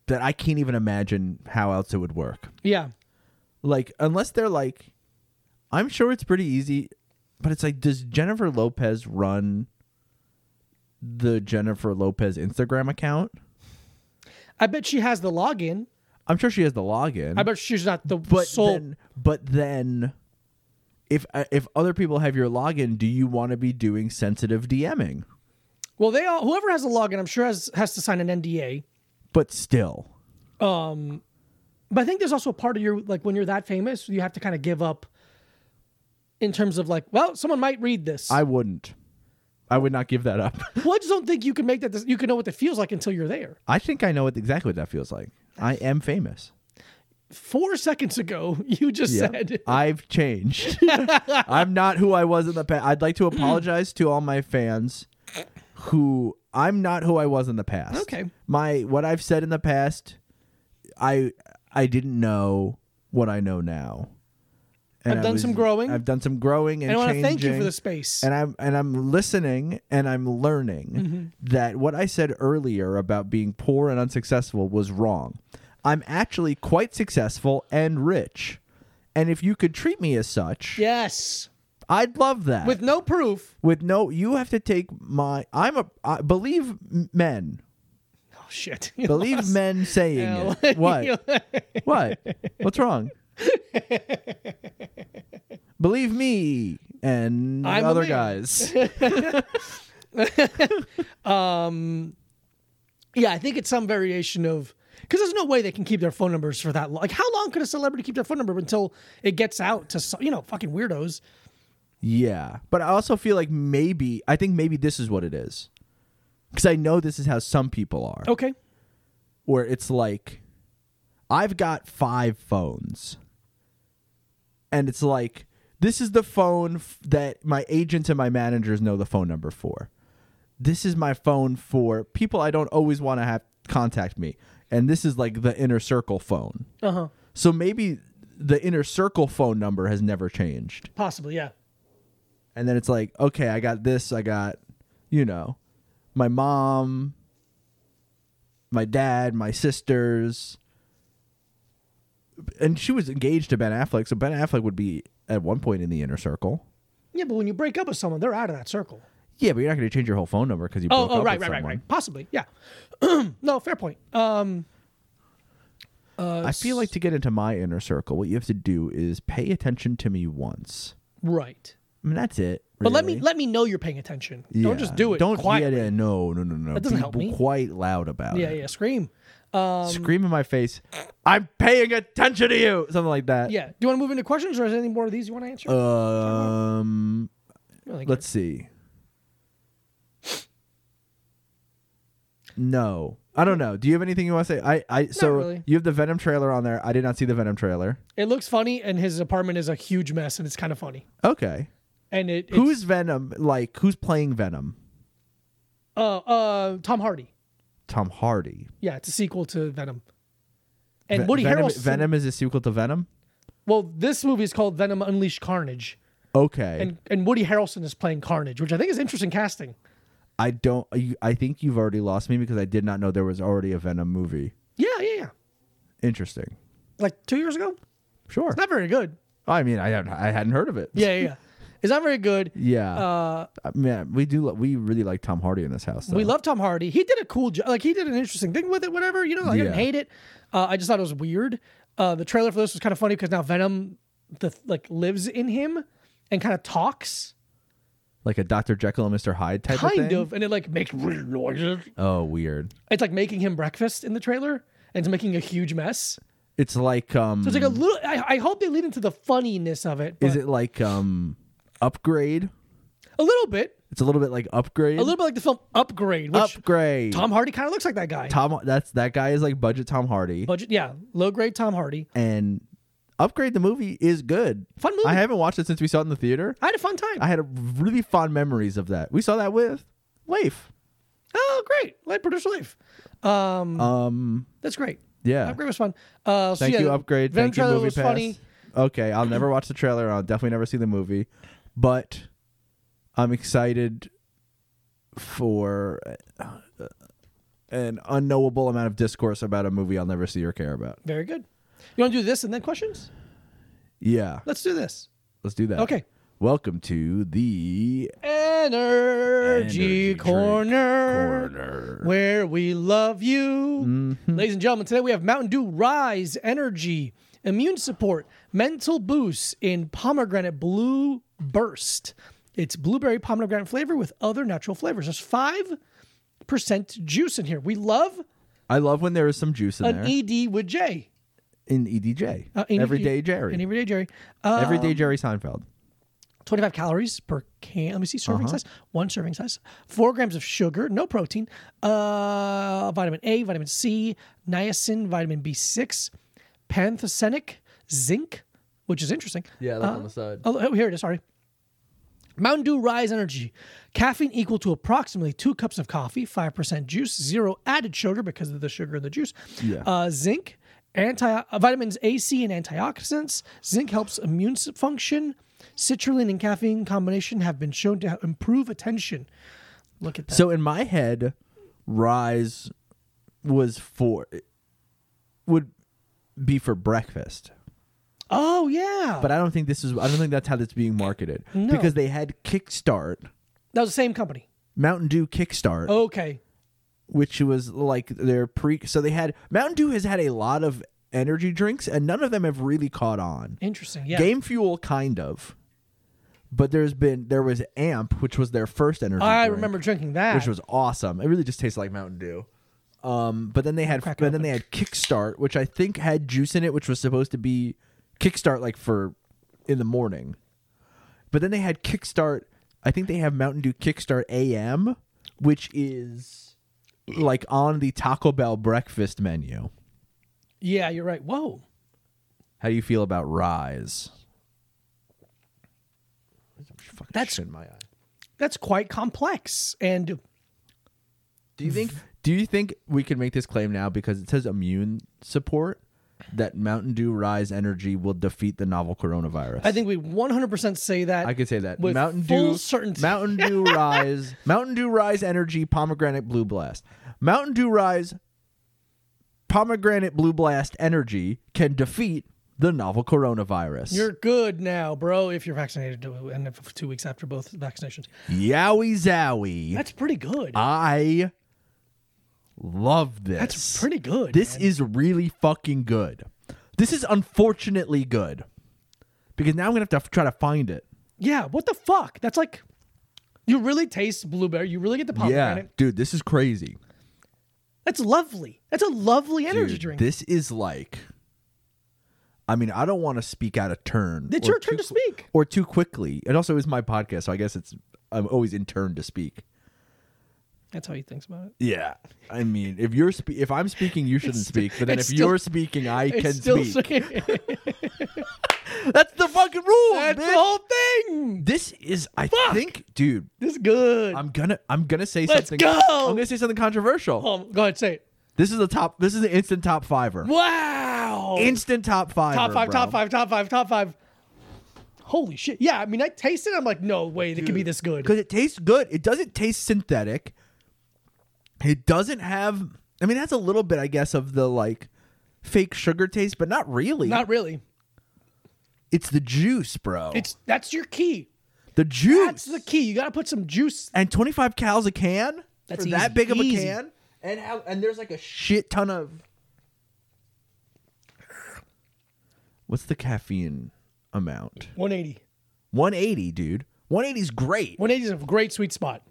A: that I can't even imagine how else it would work.
B: Yeah,
A: like unless they're like i'm sure it's pretty easy but it's like does jennifer lopez run the jennifer lopez instagram account
B: I bet she has the login.
A: i'm sure she has the login
B: I bet she's not the
A: but
B: sole.
A: then but then if uh, if other people have your login do you want to be doing sensitive dming
B: well, they all whoever has a login, I'm sure has has to sign an NDA.
A: but still
B: But I think there's also a part of your like when you're that famous, you have to kind of give up. In terms of like, well, someone might read this.
A: i wouldn't i would not give that up
B: well, I just don't think you can make that. This, you can know what it feels like until you're there.
A: i think i know what, exactly what that feels like i am famous
B: four seconds ago you just
A: Yeah.
B: said
A: I've changed. I'm not who I was in the past. I'd like to apologize to all my fans who I'm not who I was in the past.
B: Okay.
A: My what I've said in the past, I I didn't know what I know now. And
B: I've
A: I
B: done some growing.
A: I've done some growing and,
B: and I want to
A: changing.
B: thank you for the space.
A: And I'm and I'm listening and I'm learning
B: Mm-hmm.
A: that what I said earlier about being poor and unsuccessful was wrong. I'm actually quite successful and rich. And if you could treat me as such,
B: yes,
A: I'd love that.
B: with no proof.
A: With no you have to take my I'm a I believe men.
B: Oh shit!
A: Believe men saying it. What? What? What's wrong? Believe me and
B: I'm a
A: other
B: man.
A: guys.
B: yeah, I think it's some variation of because there's no way they can keep their phone numbers for that long. Like, how long could a celebrity keep their phone number until it gets out to so- you know fucking weirdos?
A: Yeah, but I also feel like maybe I think maybe this is what it is, because I know this is how some people are,
B: Okay,
A: where it's like, I've got five phones, and it's like this is the phone f- that my agents and my managers know the phone number for. This is my phone for people I don't always want to have contact me, and this is like the inner circle phone.
B: uh huh,
A: So maybe the inner circle phone number has never changed.
B: possibly, yeah.
A: and then it's like okay i got this i got you know my mom my dad my sisters and she was engaged to ben affleck so ben affleck would be at one point in the inner circle
B: Yeah, but when you break up with someone, they're out of that circle.
A: Yeah, but you're not going to change your whole phone number because you
B: Oh,
A: broke
B: oh,
A: up
B: right,
A: with
B: right, right,
A: someone.
B: right. Possibly, yeah. no, fair point. Um,
A: I feel like to get into my inner circle, what you have to do is pay attention to me once.
B: right.
A: I mean, that's it.
B: But let me
A: really.
B: let me know you're paying attention. Don't just
A: Yeah.
B: do it.
A: Don't
B: quietly.
A: yeah, yeah, no, no, no, no.
B: That doesn't
A: Be
B: help me.
A: Quite loud about
B: Yeah,
A: it.
B: yeah. Scream. Um,
A: Scream in my face. I'm paying attention to you. Something like that.
B: Yeah. Do you want to move into questions, or is there any more of these you want to answer?
A: Um.
B: Really good.
A: Let's see. No, I don't know. Do you have anything you want to say? I, I. so
B: really.
A: you have the Venom trailer on there. I did not see the Venom trailer.
B: It looks funny, and his apartment is a huge mess, and it's kind of funny.
A: Okay.
B: And it it's-
A: Who's Venom? Like, who's playing Venom?
B: uh, uh, Tom Hardy?
A: Tom Hardy.
B: Yeah, it's a sequel to Venom. And
A: Ve-
B: Woody
A: Venom,
B: Harrelson.
A: Venom is a sequel to Venom.
B: Well, this movie is called Venom Unleashed Carnage,
A: Okay.
B: and and Woody Harrelson is playing Carnage, which I think is interesting casting.
A: I don't. you- I think you've already lost me because I did not know there was already a Venom movie.
B: Yeah, yeah, yeah.
A: Interesting.
B: Like two years ago.
A: Sure.
B: It's not very good.
A: I mean, I haven't. I hadn't heard of it.
B: Yeah, yeah. yeah. it's not very good.
A: Yeah.
B: Uh,
A: I mean, we do. lo- We really like Tom Hardy in this house. Though.
B: we love Tom Hardy. He did a cool job. Like he did an interesting thing with it. Whatever you know, like, I didn't
A: Yeah.
B: hate it. Uh, I just thought it was weird. Uh, the trailer for this was kind of funny because now Venom, the like lives in him, and kind of talks,
A: like a Dr. Jekyll and Mr. Hyde type of
B: kind
A: thing.
B: of, and it like makes weird noises.
A: Oh, weird.
B: It's like making him breakfast in the trailer, and it's making a huge mess.
A: It's like um.
B: It's like a little. I, I hope they lead into the funniness of it. But
A: is it like um, upgrade?
B: a little bit?
A: It's a little bit like upgrade.
B: A little bit like the film Upgrade, which
A: upgrade.
B: Tom Hardy kind of looks like that guy.
A: Tom. That's that guy is like budget Tom Hardy
B: Budget, yeah, low grade Tom Hardy.
A: and. Upgrade the movie is good.
B: Fun movie.
A: I haven't watched it since we saw it in the theater.
B: I had a fun time.
A: I had a really fond memories of that. We saw that with Leif.
B: Oh, great! Light producer life. Um,
A: Um,
B: that's great.
A: yeah.
B: upgrade was fun. Uh, so
A: thank
B: yeah,
A: you,
B: the
A: upgrade.
B: Venom
A: thank you,
B: trailer
A: movie
B: was
A: pass.
B: funny.
A: Okay, I'll never watch the trailer. I'll definitely never see the movie, but I'm excited for uh, an unknowable amount of discourse about a movie I'll never see or care about.
B: Very good. You want to do this and then questions?
A: Yeah,
B: Let's do this.
A: let's do that.
B: Okay.
A: Welcome to the
B: Energy,
A: Energy Drink
B: corner,
A: Corner. Mm-hmm.
B: where we love you, ladies and gentlemen. Today we have Mountain Dew Rise Energy Immune Support Mental Boost in Pomegranate Blue Burst. It's blueberry pomegranate flavor with other natural flavors. There's five percent juice in here. We love
A: I love when there is some juice in
B: an
A: there
B: ED with J.
A: in EDJ.
B: Uh, an
A: Everyday
B: ED
A: Jerry.
B: An everyday Jerry. Uh,
A: Everyday Jerry Seinfeld.
B: 25 calories per can. Let me see serving size. One serving size. Four grams of sugar, no protein. Uh, vitamin A, vitamin C, niacin, vitamin B6, pantothenic, zinc, which is interesting.
A: Yeah, that's on the side.
B: Oh, oh, here it is. Sorry. Mountain Dew Rise Energy. Caffeine equal to approximately two cups of coffee, 5% juice, zero added sugar because of the sugar in the juice.
A: Yeah.
B: Uh, zinc, anti uh, vitamins A, C, and antioxidants. Zinc helps immune s- function. Citrulline and caffeine combination have been shown to ha- improve attention. Look at that.
A: So in my head, rise was for would be for breakfast.
B: oh, yeah.
A: But I don't think this is I don't think that's how that's being marketed. Because they had Kickstart,
B: that was the same company.
A: Mountain Dew Kickstart,
B: Okay.
A: which was like their pre so they had Mountain Dew has had a lot of energy drinks and none of them have really caught on.
B: Interesting. Yeah.
A: Game Fuel kind of. But there's been there was Amp, which was their first energy
B: I
A: drink.
B: remember drinking that.
A: which was awesome. It really just tastes like Mountain Dew. Um, but then they had,
B: Crack
A: but
B: it open.
A: then they had Kickstart, which I think had juice in it, which was supposed to be Kickstart like for in the morning. But then they had Kickstart. I think they have Mountain Dew Kickstart AM, which is like on the Taco Bell breakfast menu.
B: yeah, you're right. Whoa.
A: How do you feel about Rise? Fucking
B: That's-
A: shit in my eye.
B: That's quite complex. And
A: Do you think? Do you think we can make this claim now because it says immune support that Mountain Dew Rise Energy will defeat the novel coronavirus?
B: I think we 100% say that.
A: I could say that
B: with
A: Mountain
B: full
A: Dew
B: certainty.
A: Mountain Dew Rise Mountain Dew Rise Energy Pomegranate Blue Blast Mountain Dew Rise Pomegranate Blue Blast Energy can defeat the novel coronavirus.
B: You're good now, bro. If you're vaccinated, and if two weeks after both vaccinations,
A: Yowie zowie.
B: that's pretty good.
A: Uh, I love this.
B: that's pretty good.
A: This is really fucking good. This is unfortunately good because now I'm gonna have to try to find it.
B: yeah. What the fuck? That's like, you really taste blueberry. You really get the pomegranate.
A: dude, this is crazy.
B: That's lovely. That's a lovely energy
A: Dude,
B: drink.
A: This is like. I mean, I don't want to speak out of turn.
B: It's
A: or
B: your turn
A: too
B: to
A: qui-
B: speak.
A: or too quickly. It also is my podcast, so I guess it's I'm always in turn to speak.
B: that's how he thinks about it.
A: Yeah, I mean, if you're spe- if I'm speaking, you shouldn't
B: still-
A: speak. But then if
B: it's still-
A: you're speaking, I
B: It's
A: can
B: still
A: speak.
B: saying-
A: That's the fucking rule,
B: that's
A: bitch.
B: the whole thing.
A: This is, I
B: Fuck.
A: think, dude.
B: This is good.
A: I'm gonna I'm gonna say
B: Let's
A: something.
B: go!
A: I'm gonna say something controversial.
B: Oh, go ahead, say it.
A: This is the top. This is the instant top fiver.
B: Wow.
A: Instant top five.
B: top five, top five, top five, top five. Holy shit! Yeah, I mean, I taste it. I'm like, no way, it could be this good.
A: because it tastes good. It doesn't taste synthetic. It doesn't have. I mean, that's a little bit, I guess, of the like fake sugar taste, but not really.
B: Not really.
A: it's the juice, bro.
B: It's that's your key.
A: the juice.
B: That's the key. You got to put some juice.
A: and 25 cows a can
B: That's
A: for that
B: easy.
A: big of a
B: Easy.
A: can and how and there's like a shit ton of what's the caffeine amount
B: 180.
A: 180 dude 180 is great
B: 180 is a great sweet spot.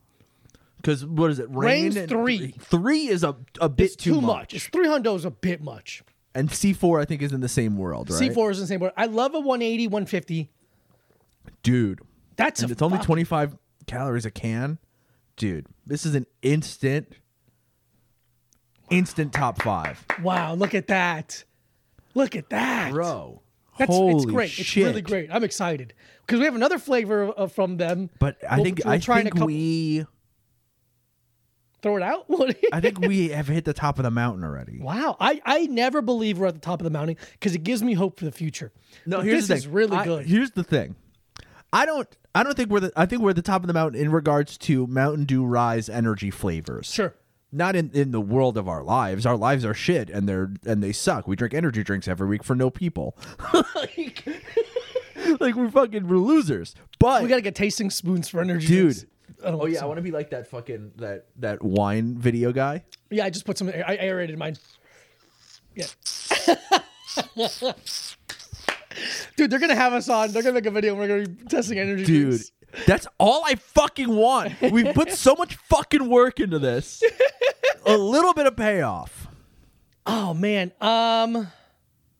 A: because what is it rain
B: Rain's
A: and-
B: three.
A: three is a, a bit
B: It's too, much. It's 300 is a bit much.
A: and c4 i think is in the same world right
B: C4 is the same word. I love a 180, 150.
A: dude
B: That's
A: and
B: a
A: it's only
B: fuck-
A: 25 calories a can dude this is an instant instant top five
B: Wow, look at that. Look at that.
A: bro.
B: That's
A: Holy
B: it's great. It's
A: shit.
B: really great. I'm excited because we have another flavor of- of- from them.
A: But I
B: We'll-
A: think
B: we'll
A: I
B: try in
A: think
B: a couple-
A: we
B: throw it out.
A: I think we have hit the top of the mountain already.
B: wow, I, I never believe we're at the top of the mountain because it gives me hope for the future.
A: No,
B: But
A: here's
B: this
A: the thing.
B: is really
A: I-
B: good.
A: here's the thing. I don't I don't think we're the I think we're at the top of the mountain in regards to Mountain Dew Rise energy flavors.
B: Sure.
A: Not in, in the world of our lives. Our lives are shit and they're and they suck. We drink energy drinks every week for no people. like, like we're fucking we're losers. But
B: We gotta get tasting spoons for energy,
A: Dude.
B: drinks. I don't
A: Oh yeah, I
B: some-
A: want to be like that fucking that that wine video guy.
B: yeah. I just put some. I aerated mine. Yeah. Dude, they're gonna have us on. They're gonna make a video. and We're gonna be testing energy
A: dude.
B: drinks.
A: That's all I fucking want. We put so much fucking work into this. A little bit of payoff.
B: Oh man. Um,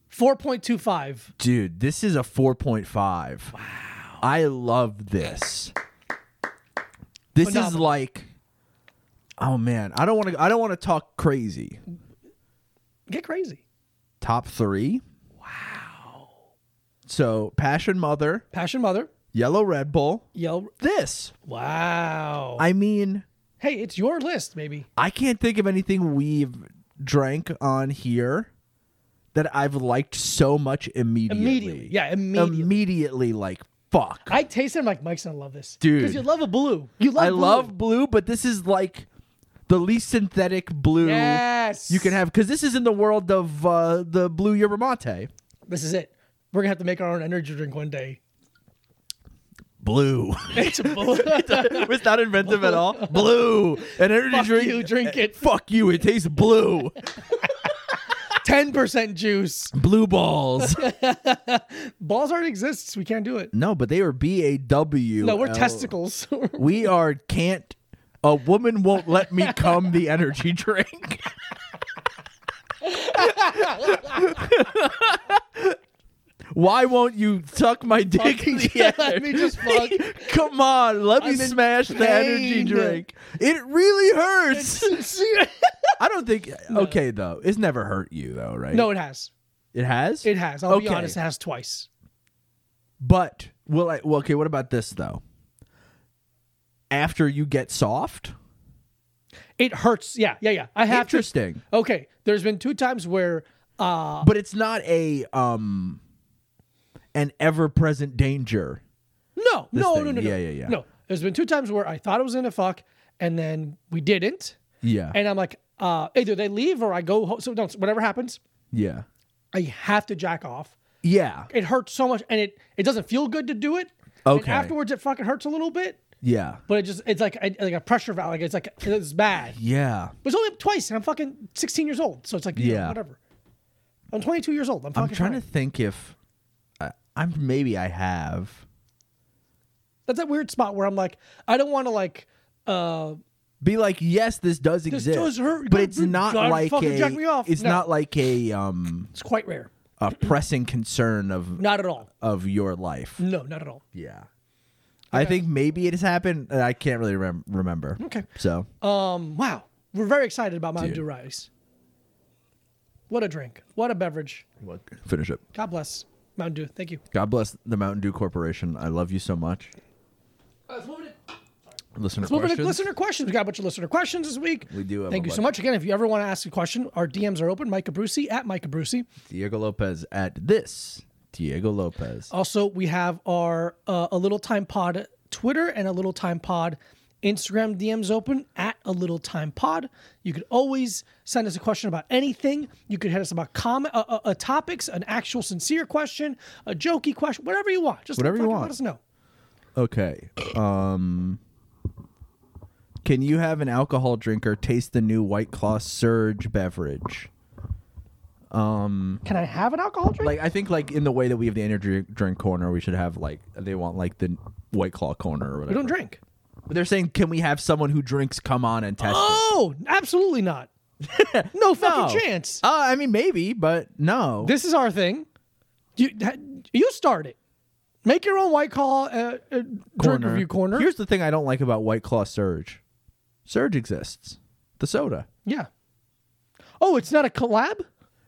B: four point two five.
A: Dude, this is a 4.5. Wow. I love this. This is
B: Phenomenal.
A: like Oh man, I don't want to I don't want to talk crazy.
B: Get crazy.
A: Top 3? Wow. So, Passion Mother,
B: Passion Mother.
A: Yellow Red Bull,
B: Yell.
A: this.
B: Wow.
A: I mean,
B: hey, it's your list, maybe.
A: I can't think of anything we've drank on here that I've liked so much immediately.
B: Immediately. Yeah, immediately.
A: Immediately, like fuck. I,
B: I taste it. I'm like, Mike's gonna love this,
A: Dude.
B: Because you love a blue. You love. blue.
A: love blue, but this is like the least synthetic blue
B: Yes.
A: you can have because this is in the world of uh, the blue yerba mate.
B: This is it. We're gonna have to make our own energy drink one day.
A: Blue.
B: It's a blue.
A: it's not inventive at all. Blue. An energy
B: Fuck
A: drink. eh,
B: you, drink it.
A: Fuck you. It tastes blue.
B: Ten percent juice.
A: blue balls.
B: Balls already exists. We can't do it.
A: no, but they were B A W.
B: No, we're
A: L-
B: testicles.
A: We are can't. A woman won't let me come the energy drink. Why won't you suck my dick in the
B: yeah, let
A: ener-
B: me just fuck.
A: Come on, let me
B: I'm in
A: smash the energy
B: pain.
A: drink. It really hurts.
B: no,
A: I don't think. Okay, though, it's never hurt you though, right?
B: it has.
A: it has.
B: It has. I'll be
A: Okay.
B: honest. It has twice.
A: But will I? Well, okay. What about this though? After you get soft,
B: It hurts. Yeah, yeah, yeah. I have to.
A: interesting.
B: Okay. There's been two times where uh
A: but it's not a um an ever-present danger
B: No, no,
A: thing.
B: no, no, no.
A: Yeah, yeah, yeah.
B: No, there's been two times where I thought I was in a fuck, and then we didn't,
A: yeah
B: and I'm like, uh, either they leave or I go home. So no, whatever happens,
A: yeah
B: I have to jack off
A: Yeah.
B: It hurts so much, and it it doesn't feel good to do it. And
A: Okay.
B: afterwards, it fucking hurts a little bit,
A: Yeah.
B: but it just it's like a, like a pressure valve. Like it's like it's bad.
A: Yeah.
B: But it's only twice, and I'm fucking 16 years old, so it's like yeah,
A: Yeah.
B: whatever. I'm 22 years old. I'm fucking.
A: I'm trying to
B: fine.
A: think if I, I'm maybe I have
B: That's that weird spot where I'm like, I don't want to like. uh
A: be like yes this does
B: This
A: exist
B: does hurt.
A: but
B: God,
A: it's not
B: God,
A: like
B: fucking
A: a
B: jack me off.
A: it's
B: No.
A: not like a um
B: It's quite rare.
A: a pressing concern of
B: Not at all.
A: of your life
B: No, not at all.
A: yeah I think maybe it has happened and I can't really rem- remember
B: Okay.
A: so
B: Um, wow, we're very excited about Mountain
A: Dude.
B: Dew Rise. What a drink! What a beverage!
A: finish it
B: God bless Mountain Dew. Thank you.
A: God bless the Mountain Dew Corporation I love you so much
B: Uh,
A: listener
B: Well, but
A: questions
B: listener questions. We got a bunch of listener questions this week.
A: We do have
B: Thank
A: a
B: you so much again. If you ever want to ask a question, our DMs are open. Mike Brucey at Mike Brucey.
A: Diego Lopez at this Diego Lopez
B: Also, we have our uh, a little time pod Twitter and a little time pod Instagram DMs open at a little time pod. You could always send us a question about anything. You could hit us about comment uh, uh, uh, topics, an actual sincere question, a jokey question, whatever you want. Just
A: Whatever you
B: fucking
A: want.
B: Let us know.
A: Okay. Um Can you have an alcohol drinker taste the new White Claw surge beverage?
B: Can I have an alcohol drink?
A: Like I think like in the way that we have the energy drink corner, we should have like they want like the White Claw corner or whatever.
B: we don't drink.
A: But they're saying can we have someone who drinks come on and test it?
B: Oh, absolutely not. no fucking chance.
A: Uh, I mean maybe, but no.
B: this is our thing. You ha- you start it. Make your own white call uh, uh, drink review corner.
A: Here's the thing I don't like about White Claw surge. Surge exists. The soda.
B: yeah. Oh, it's not a collab.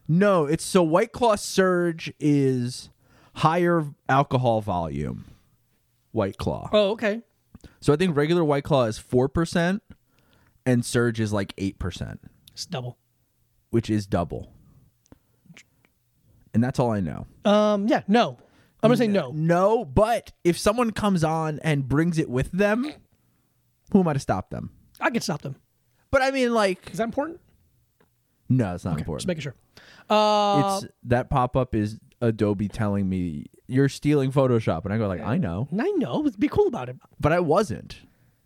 A: No, it's so White Claw Surge is higher alcohol volume. White Claw.
B: Oh, okay.
A: So I think regular White Claw is 4% and Surge is like 8%,
B: It's double.
A: which is double. And that's all I know.
B: Um, yeah. No, I'm gonna say no.
A: No, but if someone comes on and brings it with them, who am I to stop them?
B: I can stop them.
A: But I mean, like,
B: Is that important?
A: no, it's not
B: Just
A: important.
B: making sure. Uh,
A: it's that pop up is Adobe telling me you're stealing Photoshop, and I go like, I know.
B: I know. Be cool about it.
A: but I wasn't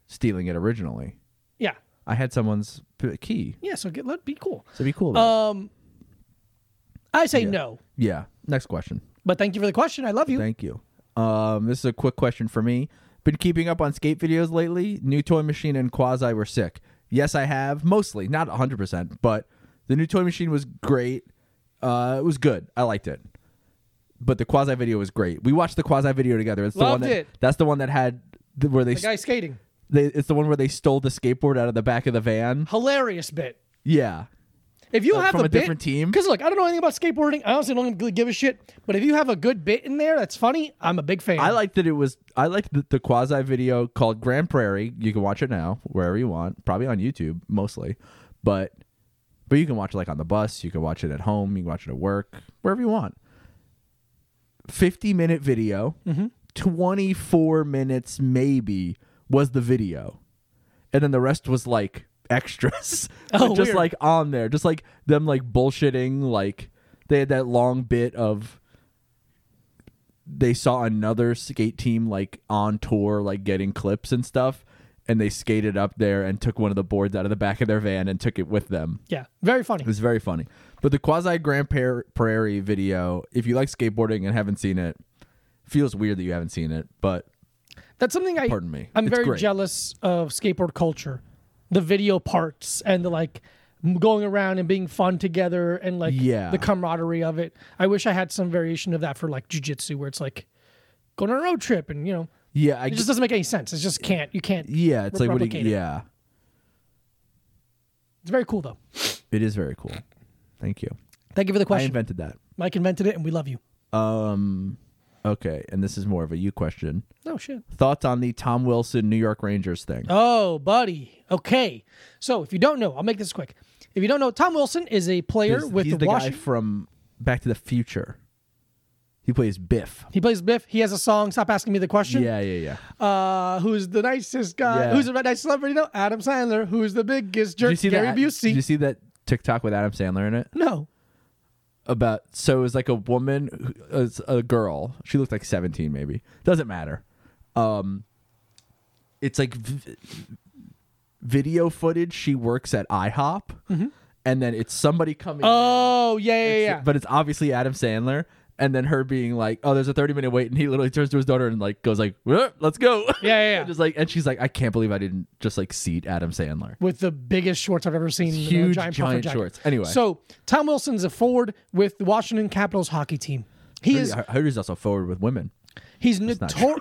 A: stealing it originally.
B: Yeah.
A: I had someone's p- key.
B: Yeah. So get let be cool.
A: So be cool. About it.
B: Um, I say no.
A: Yeah. Next question.
B: But thank you for the question. I love you.
A: Thank you. Um, this is a quick question for me. Been keeping up on skate videos lately. New Toy Machine and Quasi were sick. Yes, I have. Mostly, not 100%, but the New Toy Machine was great. Uh, it was good. I liked it. But the Quasi video was great. We watched the Quasi video together. It's the
B: Loved
A: one that,
B: it.
A: That's the one that had the, where they,
B: The guy skating.
A: they it's the one where they stole the skateboard out of the back of the van.
B: Hilarious bit.
A: Yeah.
B: If you
A: Like,
B: have
A: Uh, from
B: a
A: a
B: bit,
A: different team?
B: because look, I don't know anything about skateboarding. I honestly don't really give a shit. But if you have a good bit in there that's funny, I'm a big fan.
A: I like that it was. I liked the, the quasi video called Grand Prairie. You can watch it now wherever you want, probably on YouTube mostly, but but you can watch it like on the bus. You can watch it at home. You can watch it at work, wherever you want. Fifty minute video,
B: Mm-hmm.
A: four minutes maybe was the video, and then the rest was like extras,
B: Oh,
A: just
B: weird.
A: like on there, just like them like bullshitting. Like they had that long bit of they saw another skate team like on tour, like getting clips and stuff, and they skated up there and took one of the boards out of the back of their van and took it with them.
B: Yeah, very funny.
A: It was very funny. But the quasi Grand Par- Prairie video, if you like skateboarding and haven't seen it, feels weird that you haven't seen it, but
B: That's something I.
A: Pardon me.
B: I'm
A: It's
B: very
A: great.
B: jealous of skateboard culture, the video parts and the like m- going around and being fun together and like
A: Yeah.
B: the camaraderie of it. I wish I had some variation of that for like jujitsu, where it's like going on a road trip and you know
A: yeah, I
B: it just doesn't make any sense. It just can't. You can't.
A: yeah, it's like what do
B: replicate
A: you,
B: it.
A: yeah,
B: It's very cool though.
A: it is very cool. Thank you.
B: Thank you for the
A: I
B: question.
A: invented that.
B: Mike invented it, and we love you.
A: Um, okay, and this is more of a you question.
B: Oh shit.
A: Thoughts on the Tom Wilson New York Rangers thing?
B: Oh, buddy. Okay. So if you don't know, I'll make this quick. If you don't know, Tom Wilson is a player
A: He's-
B: with
A: he's
B: the
A: the
B: Washington.
A: guy from Back to the Future. He plays Biff.
B: he plays Biff. He has a song. Stop asking me the question.
A: Yeah, yeah, yeah.
B: Uh, who's the nicest guy?
A: Yeah.
B: Who's the nicest celebrity? No, Adam Sandler. Who's the biggest jerk?
A: Did you see
B: Gary
A: that?
B: Busey.
A: Did you see that TikTok with Adam Sandler in it?
B: no.
A: about so it was like a woman, who- uh, a girl. She looked like seventeen, maybe. Doesn't matter. Um, it's like v- video footage. She works at IHOP, and then it's somebody coming.
B: Mm-hmm. Oh yeah, yeah, yeah.
A: But it's obviously Adam Sandler. And then her being like, "Oh, there's a 30 minute wait," and he literally turns to his daughter and like goes like, "Well, "Let's go."
B: Yeah, yeah, yeah.
A: just like, and she's like, "I can't believe I didn't just like seat Adam Sandler."
B: with the biggest shorts I've ever seen. you know,
A: Huge,
B: puffer
A: giant
B: jacket.
A: shorts. Anyway.
B: so Tom Wilson's a forward with the Washington Capitals hockey team. He is
A: I heard he's also forward with women.
B: he's notorious.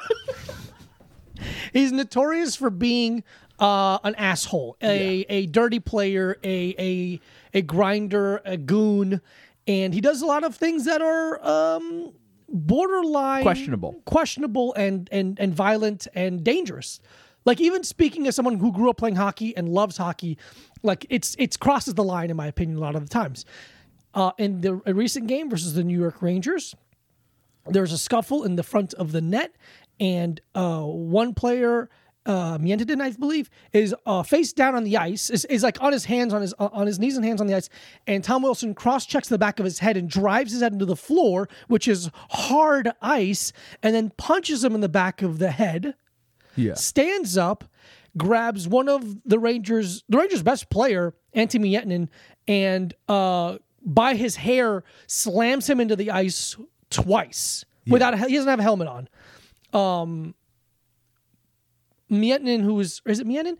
B: he's notorious for being uh, an asshole, a a dirty player, a a a grinder, a goon, and he does a lot of things that are. Um, borderline
A: Questionable.
B: questionable and and and violent and dangerous. Like even speaking as someone who grew up playing hockey and loves hockey, like it's it's crosses the line in my opinion a lot of the times. Uh, in the a recent game versus the New York Rangers, there was a scuffle in the front of the net, and uh, one player, uh, Mientadin, I believe, is uh, face down on the ice, is, is like on his hands, on his on his knees and hands on the ice, and Tom Wilson cross checks the back of his head and drives his head into the floor, which is hard ice, and then punches him in the back of the head
A: Yeah.
B: stands up, grabs one of the Rangers, the Rangers' best player, Antti Miettinen, and uh, by his hair slams him into the ice twice without a, he doesn't have a helmet on. Um, Miettinen, who is is it Miettinen?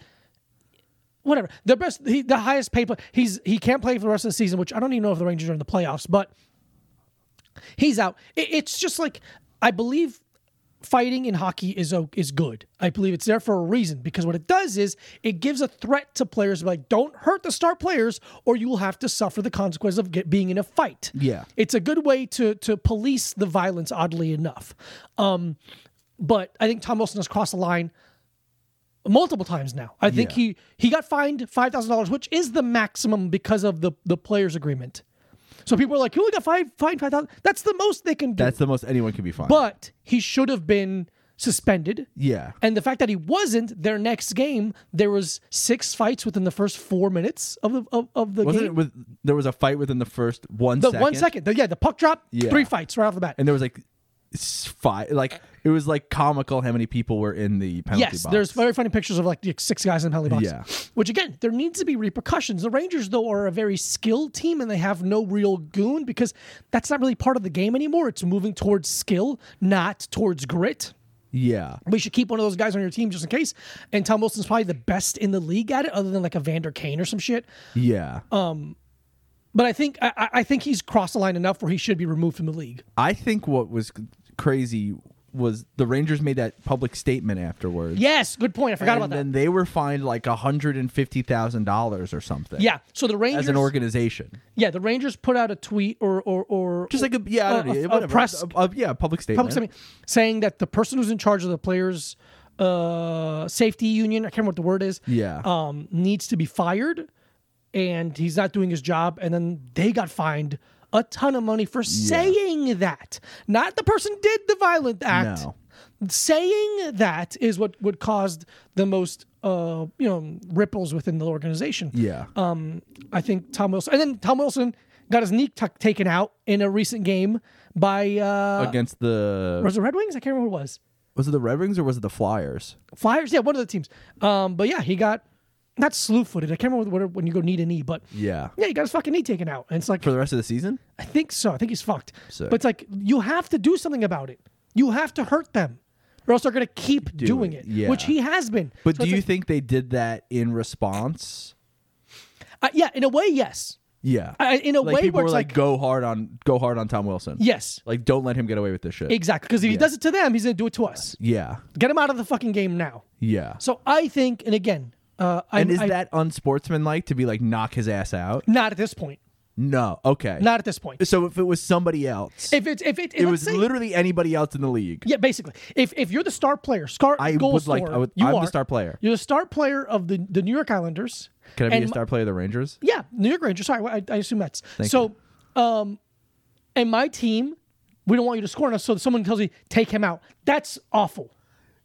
B: Whatever the best, he, the highest paid. pla- He's he can't play for the rest of the season, which I don't even know if the Rangers are in the playoffs, but he's out. It, it's just like I believe fighting in hockey is o- is good. I believe it's there for a reason because what it does is it gives a threat to players like don't hurt the star players or you will have to suffer the consequence of get, being in a fight.
A: Yeah.
B: It's a good way to to police the violence oddly enough. Um but I think Tom Wilson has crossed the line multiple times now. I think
A: Yeah.
B: he he got fined five thousand dollars, which is the maximum because of the the players agreement. So people are like, "You only got fined fined five thousand. That's the most they can do."
A: That's the most anyone can be fine.
B: but he should have been suspended.
A: yeah.
B: And the fact that he wasn't, their next game, there was six fights within the first four minutes of the of, of the
A: Wasn't
B: game.
A: it with there was a fight within the first one
B: the
A: second?
B: one second, the, yeah, the puck drop,
A: Yeah.
B: three fights right off the bat.
A: and there was like s- five like it was like comical how many people were in the penalty
B: yes,
A: box.
B: there's very funny pictures of like the six guys in the penalty box.
A: Yeah.
B: Which again, there needs to be repercussions. The Rangers though are a very skilled team and they have no real goon because that's not really part of the game anymore. It's moving towards skill, not towards grit.
A: yeah.
B: We should keep one of those guys on your team just in case. And Tom Wilson's probably the best in the league at it, other than like a Vander Kane or some shit.
A: Yeah.
B: Uh, But I think I, I- I think he's crossed the line enough where he should be removed from the league.
A: I think what was c- crazy was the Rangers made that public statement afterwards.
B: Yes, good point. I forgot
A: and
B: about that.
A: then they were fined like hundred and fifty thousand dollars or something.
B: yeah. So the Rangers
A: As an organization,
B: Yeah, the Rangers put out a tweet or or or
A: just like a yeah, I
B: Uh,
A: don't know,
B: a- a
A: whatever.
B: press-
A: A- a- yeah, public statement.
B: public statement saying that the person who's in charge of the players uh safety union i can't remember what the word is
A: Yeah.
B: um needs to be fired and he's not doing his job and then they got fined a ton of money for saying that not the person did the violent act
A: No.
B: saying that is what what caused the most uh you know ripples within the organization
A: Yeah.
B: um, I think Tom Wilson, and then Tom Wilson got his knee tuck taken out in a recent game by uh,
A: Against the
B: was it Red Wings? I can't remember who it was.
A: was it the Red Wings or was it the Flyers?
B: Flyers, yeah, one of the teams. Um, but yeah, he got not slew footed. I can't remember what, when you go knee to knee, but
A: Yeah.
B: yeah, he got his fucking knee taken out, and it's like
A: For the rest of the season?
B: I think so. I think he's fucked.
A: Sick.
B: But it's like you have to do something about it. You have to hurt them, or else they're gonna keep doing
A: it,
B: it,
A: yeah.
B: which he has been.
A: But do
B: So it's
A: you
B: like-
A: think they did that in response?
B: uh, yeah, in a way, yes.
A: Yeah.
B: I- in a
A: like
B: way
A: people
B: where
A: were
B: it's
A: like,
B: like-
A: go hard on go hard on Tom Wilson.
B: Yes,
A: Like don't let him get away with this shit.
B: exactly. Because if he
A: Yeah.
B: does it to them, he's gonna do it to us.
A: yeah.
B: Get him out of the fucking game now.
A: Yeah.
B: So I think, and again, uh, I,
A: and is
B: I-
A: that unsportsmanlike to be like knock his ass out?
B: not at this point?
A: No. Okay.
B: Not at this point.
A: so if it was somebody else,
B: If it's if it,
A: it
B: let's
A: was
B: say-
A: literally anybody else in the league.
B: yeah, basically. If if you're the star player, star
A: I
B: goal
A: would like-
B: scorer,
A: I would-
B: you
A: I'm the
B: are,
A: star player.
B: You're the star player of the the New York Islanders.
A: Can I be
B: And
A: a
B: my-
A: star player of the Rangers?
B: Yeah, New York Rangers. Sorry, I, I assume that's so. Um, and my team, we don't want you to score on us. So someone tells you take him out. That's awful.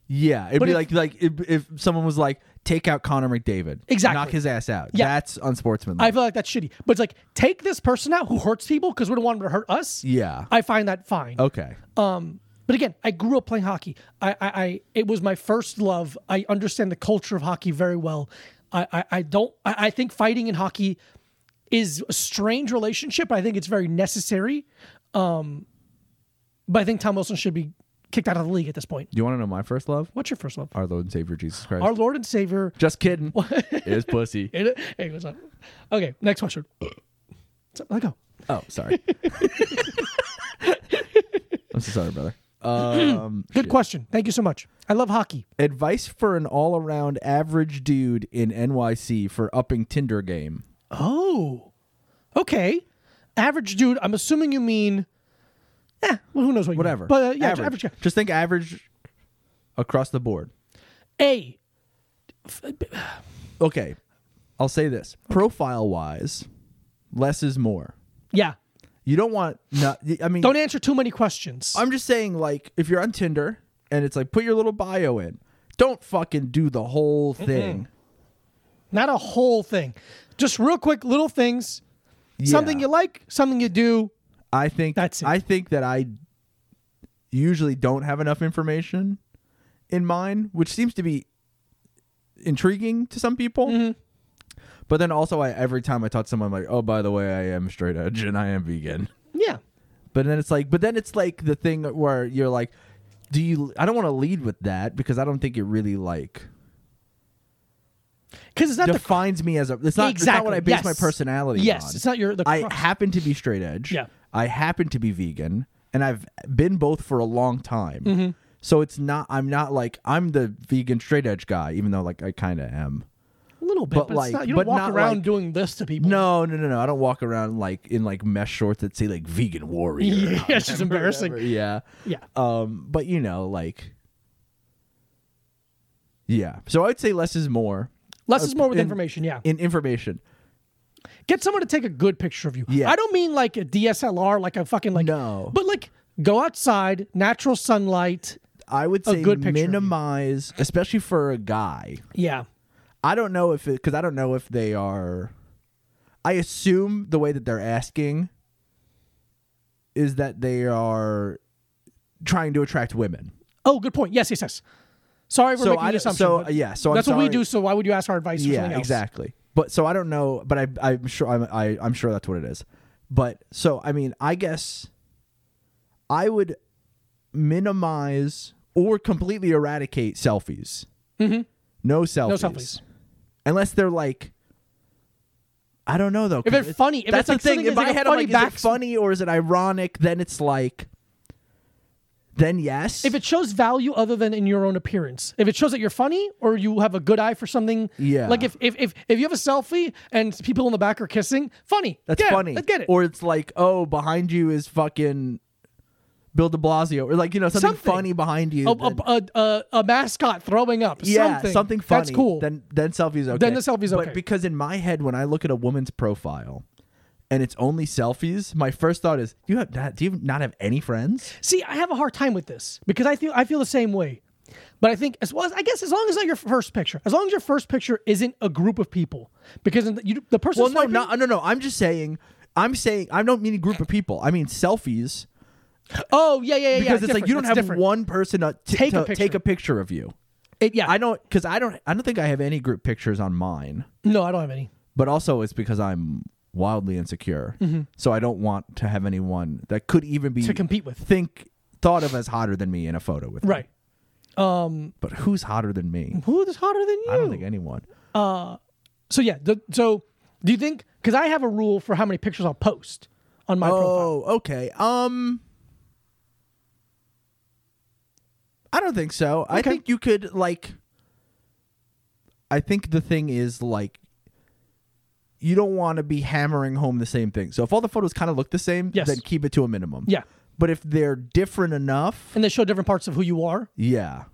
A: Yeah, it'd
B: But
A: be
B: if-
A: like like if, if someone was like, take out Connor McDavid,
B: Exactly.
A: knock his ass out.
B: Yeah.
A: that's unsportsmanlike.
B: I feel like that's shitty. But it's like take this person out who hurts people because we don't want them to hurt us.
A: yeah.
B: I find that fine.
A: okay.
B: Um, but again, I grew up playing hockey. I, I, I it was my first love. I understand the culture of hockey very well. I, I, I don't. I, I think fighting in hockey is a strange relationship. I think it's very necessary. Um, but I think Tom Wilson should be kicked out of the league at this point.
A: Do you want to know my first love?
B: What's your first love?
A: Our Lord and Savior Jesus Christ.
B: Our Lord and Savior.
A: Just kidding. Is pussy.
B: It, hey, what's up? Okay, next question. So, Let go.
A: Oh, sorry. I'm so sorry, brother. Um,
B: Good question. Thank you so much. I love hockey.
A: advice for an all-around average dude in NYC for upping Tinder game.
B: Oh, okay. Average dude. I'm assuming you mean. Yeah. Well, who knows what? you mean.
A: Whatever.
B: But uh, yeah,
A: average.
B: average. guy.
A: Just think average across the board.
B: A.
A: Okay, I'll say this. Profile wise, less is more.
B: Yeah.
A: You don't want. No, I mean,
B: Don't answer too many questions.
A: I'm just saying, like, if you're on Tinder and it's like, put your little bio in. Don't fucking do the whole thing.
B: Not a whole thing. Just real quick, little things.
A: Yeah.
B: Something you like, something you do.
A: I think
B: That's it.
A: I think that I usually don't have enough information in mine, which seems to be intriguing to some people.
B: Mm-hmm.
A: But then also, I every time I talk to someone, I'm like, oh, by the way, I am straight edge and I am vegan.
B: Yeah.
A: But then it's like, but then it's like the thing where you're like, do you? I don't want to lead with that because I don't think it really like
B: Because it's not the
A: defines me as a. It's not, it's not what
B: Exactly,
A: I base
B: yes.
A: my personality.
B: Yes,
A: on.
B: it's not your- the
A: I
B: crux.
A: happen to be straight edge.
B: Yeah.
A: I happen to be vegan, and I've been both for a long time.
B: Mm-hmm.
A: So it's not. I'm not like I'm the vegan straight edge guy, even though like I kind of am.
B: a little bit,
A: but
B: but,
A: like-
B: it's not, you
A: but
B: don't walk
A: not
B: around
A: like-
B: doing this to people.
A: No, no, no, no. I don't walk around like in like mesh shorts that say like vegan warrior.
B: Yeah, it's just embarrassing.
A: Whatever, Yeah.
B: Yeah.
A: Um, but you know, like, yeah. So I'd say less is more
B: Less is more with
A: in-
B: information. Yeah.
A: in information.
B: Get someone to take a good picture of you.
A: Yeah.
B: I don't mean like a DSLR, like a fucking like.
A: No.
B: But like go outside, natural sunlight.
A: I would say
B: good picture of you.
A: minimize, especially for a guy.
B: Yeah.
A: I don't know if it because I don't know if they are. I assume the way that they're asking is that they are trying to attract women.
B: Oh, good point. Yes, yes, yes. Sorry for
A: So
B: making
A: I
B: an
A: don't-
B: assumption.
A: so,
B: but
A: yeah, so I'm
B: that's what we
A: sorry.
B: do. So why would you ask our advice? For
A: yeah,
B: something else?
A: exactly. But so I don't know, but I, I'm sure I'm, I, I'm sure that's what it is. But so I mean, I guess I would minimize or completely eradicate selfies. Mm-hmm. No selfies.
B: selfies.
A: Unless they're like, I don't know though.
B: If
A: 'cause
B: it's funny- if
A: that's
B: it's
A: the
B: like
A: thing.
B: something
A: If
B: that's
A: I
B: like a
A: had I'm
B: funny
A: like, is
B: back-
A: it funny or is it ironic? Then it's like, then yes.
B: If it shows value other than in your own appearance, if it shows that you're funny or you have a good eye for something,
A: Yeah.
B: Like if if if, if you have a selfie and people in the back are kissing, funny.
A: That's
B: Get it.
A: funny.
B: Let's get it.
A: Or it's like, oh, behind you is fucking Bill De Blasio, or like you know something,
B: Something.
A: funny behind you.
B: a,
A: that-
B: a, a, a, a mascot throwing up.
A: yeah,
B: something.
A: funny.
B: That's cool.
A: Then then selfies okay.
B: Then the selfie's okay.
A: But because in my head, when I look at a woman's profile. And it's only selfies. My first thought is, do you have not, do you not have any friends?
B: See, I have a hard time with this because I feel I feel the same way. But I think as well as I guess as long as not your first picture, as long as your first picture isn't a group of people, because in the, you, the person.
A: Well, no, uh,
B: swiping-
A: no, no, no. I'm just saying. I'm saying. I don't mean a group of people. I mean selfies
B: Oh yeah, yeah, yeah.
A: because it's like
B: different.
A: you don't
B: That's
A: have
B: different.
A: one person to, t-
B: Take a
A: to
B: picture.
A: take a picture of you.
B: It- yeah,
A: I don't because I don't. I don't think I have any group pictures on mine.
B: no, I don't have any.
A: but also it's because I'm wildly insecure. So I don't want to have anyone that could even be
B: Mm-hmm. To compete with.
A: think thought of as hotter than me in a photo with me.
B: Right. Um,
A: But who's hotter than me?
B: who is hotter than you?
A: I don't think anyone.
B: so yeah. The, so do you think? Because I have a rule for how many pictures I'll post on my profile.
A: Oh, okay. Um I don't think so. I
B: Okay.
A: think you could like I think the thing is like you don't want to be hammering home the same thing. So if all the photos kind of look the same,
B: Yes.
A: then keep it to a minimum.
B: Yeah.
A: But if they're different enough,
B: And they show different parts of who you are.
A: yeah.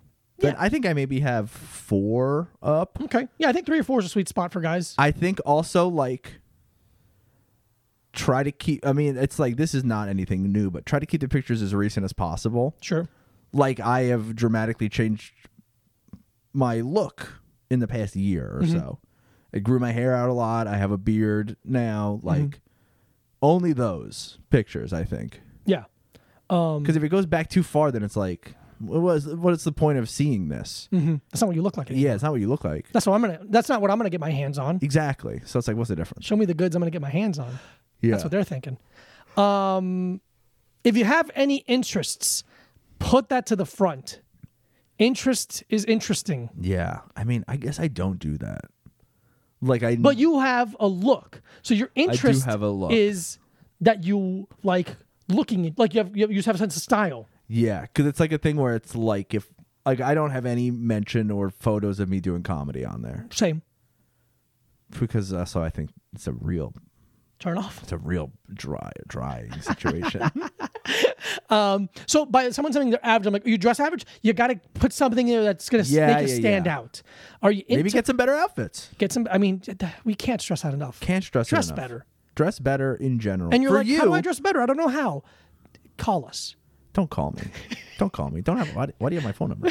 A: Then I think I maybe have 4 up.
B: Okay. Yeah, I think three or four is a sweet spot for guys.
A: I think also like try to keep I mean it's like this is not anything new but try to keep the pictures as recent as possible.
B: Sure.
A: Like I have dramatically changed my look in the past year or
B: Mm-hmm.
A: so. I grew my hair out a lot. I have a beard now.
B: Mm-hmm.
A: Like only those pictures, I think.
B: Yeah. Um,
A: Because if it goes back too far, then it's like, what was what is the point of seeing this?
B: mhm. that's not what you look like. anymore.
A: Yeah, it's not what you look like.
B: That's what I'm gonna. That's not what I'm gonna get my hands on.
A: Exactly. So it's like, what's the difference?
B: Show me the goods I'm gonna get my hands on.
A: Yeah.
B: That's what they're thinking. Um, if you have any interests, put that to the front. Interest is interesting,
A: yeah. I mean, I guess I don't do that. Like I
B: but you have a look. So your interest
A: have a look.
B: is that you like looking at- like you have you have- you just have a sense of style.
A: Yeah, because it's like a thing where it's like if like I don't have any mention or photos of me doing comedy on there
B: Same.
A: because also I think it's a real
B: Turn off.
A: it's a real dry drying situation.
B: So by someone saying they're average, I'm like, you dress average. You got to put something in there that's gonna s-
A: Yeah,
B: make you
A: yeah,
B: stand
A: yeah.
B: out. Are you
A: Maybe
B: into-
A: get some better outfits.
B: get some? I mean, th- we can't stress that enough.
A: Can't stress it
B: Dress
A: enough.
B: better.
A: Dress better in general.
B: And you're
A: For
B: like,
A: you,
B: how do I dress better? I don't know how. Call us.
A: don't call me. Don't call me. Don't have why, why do you have my phone number?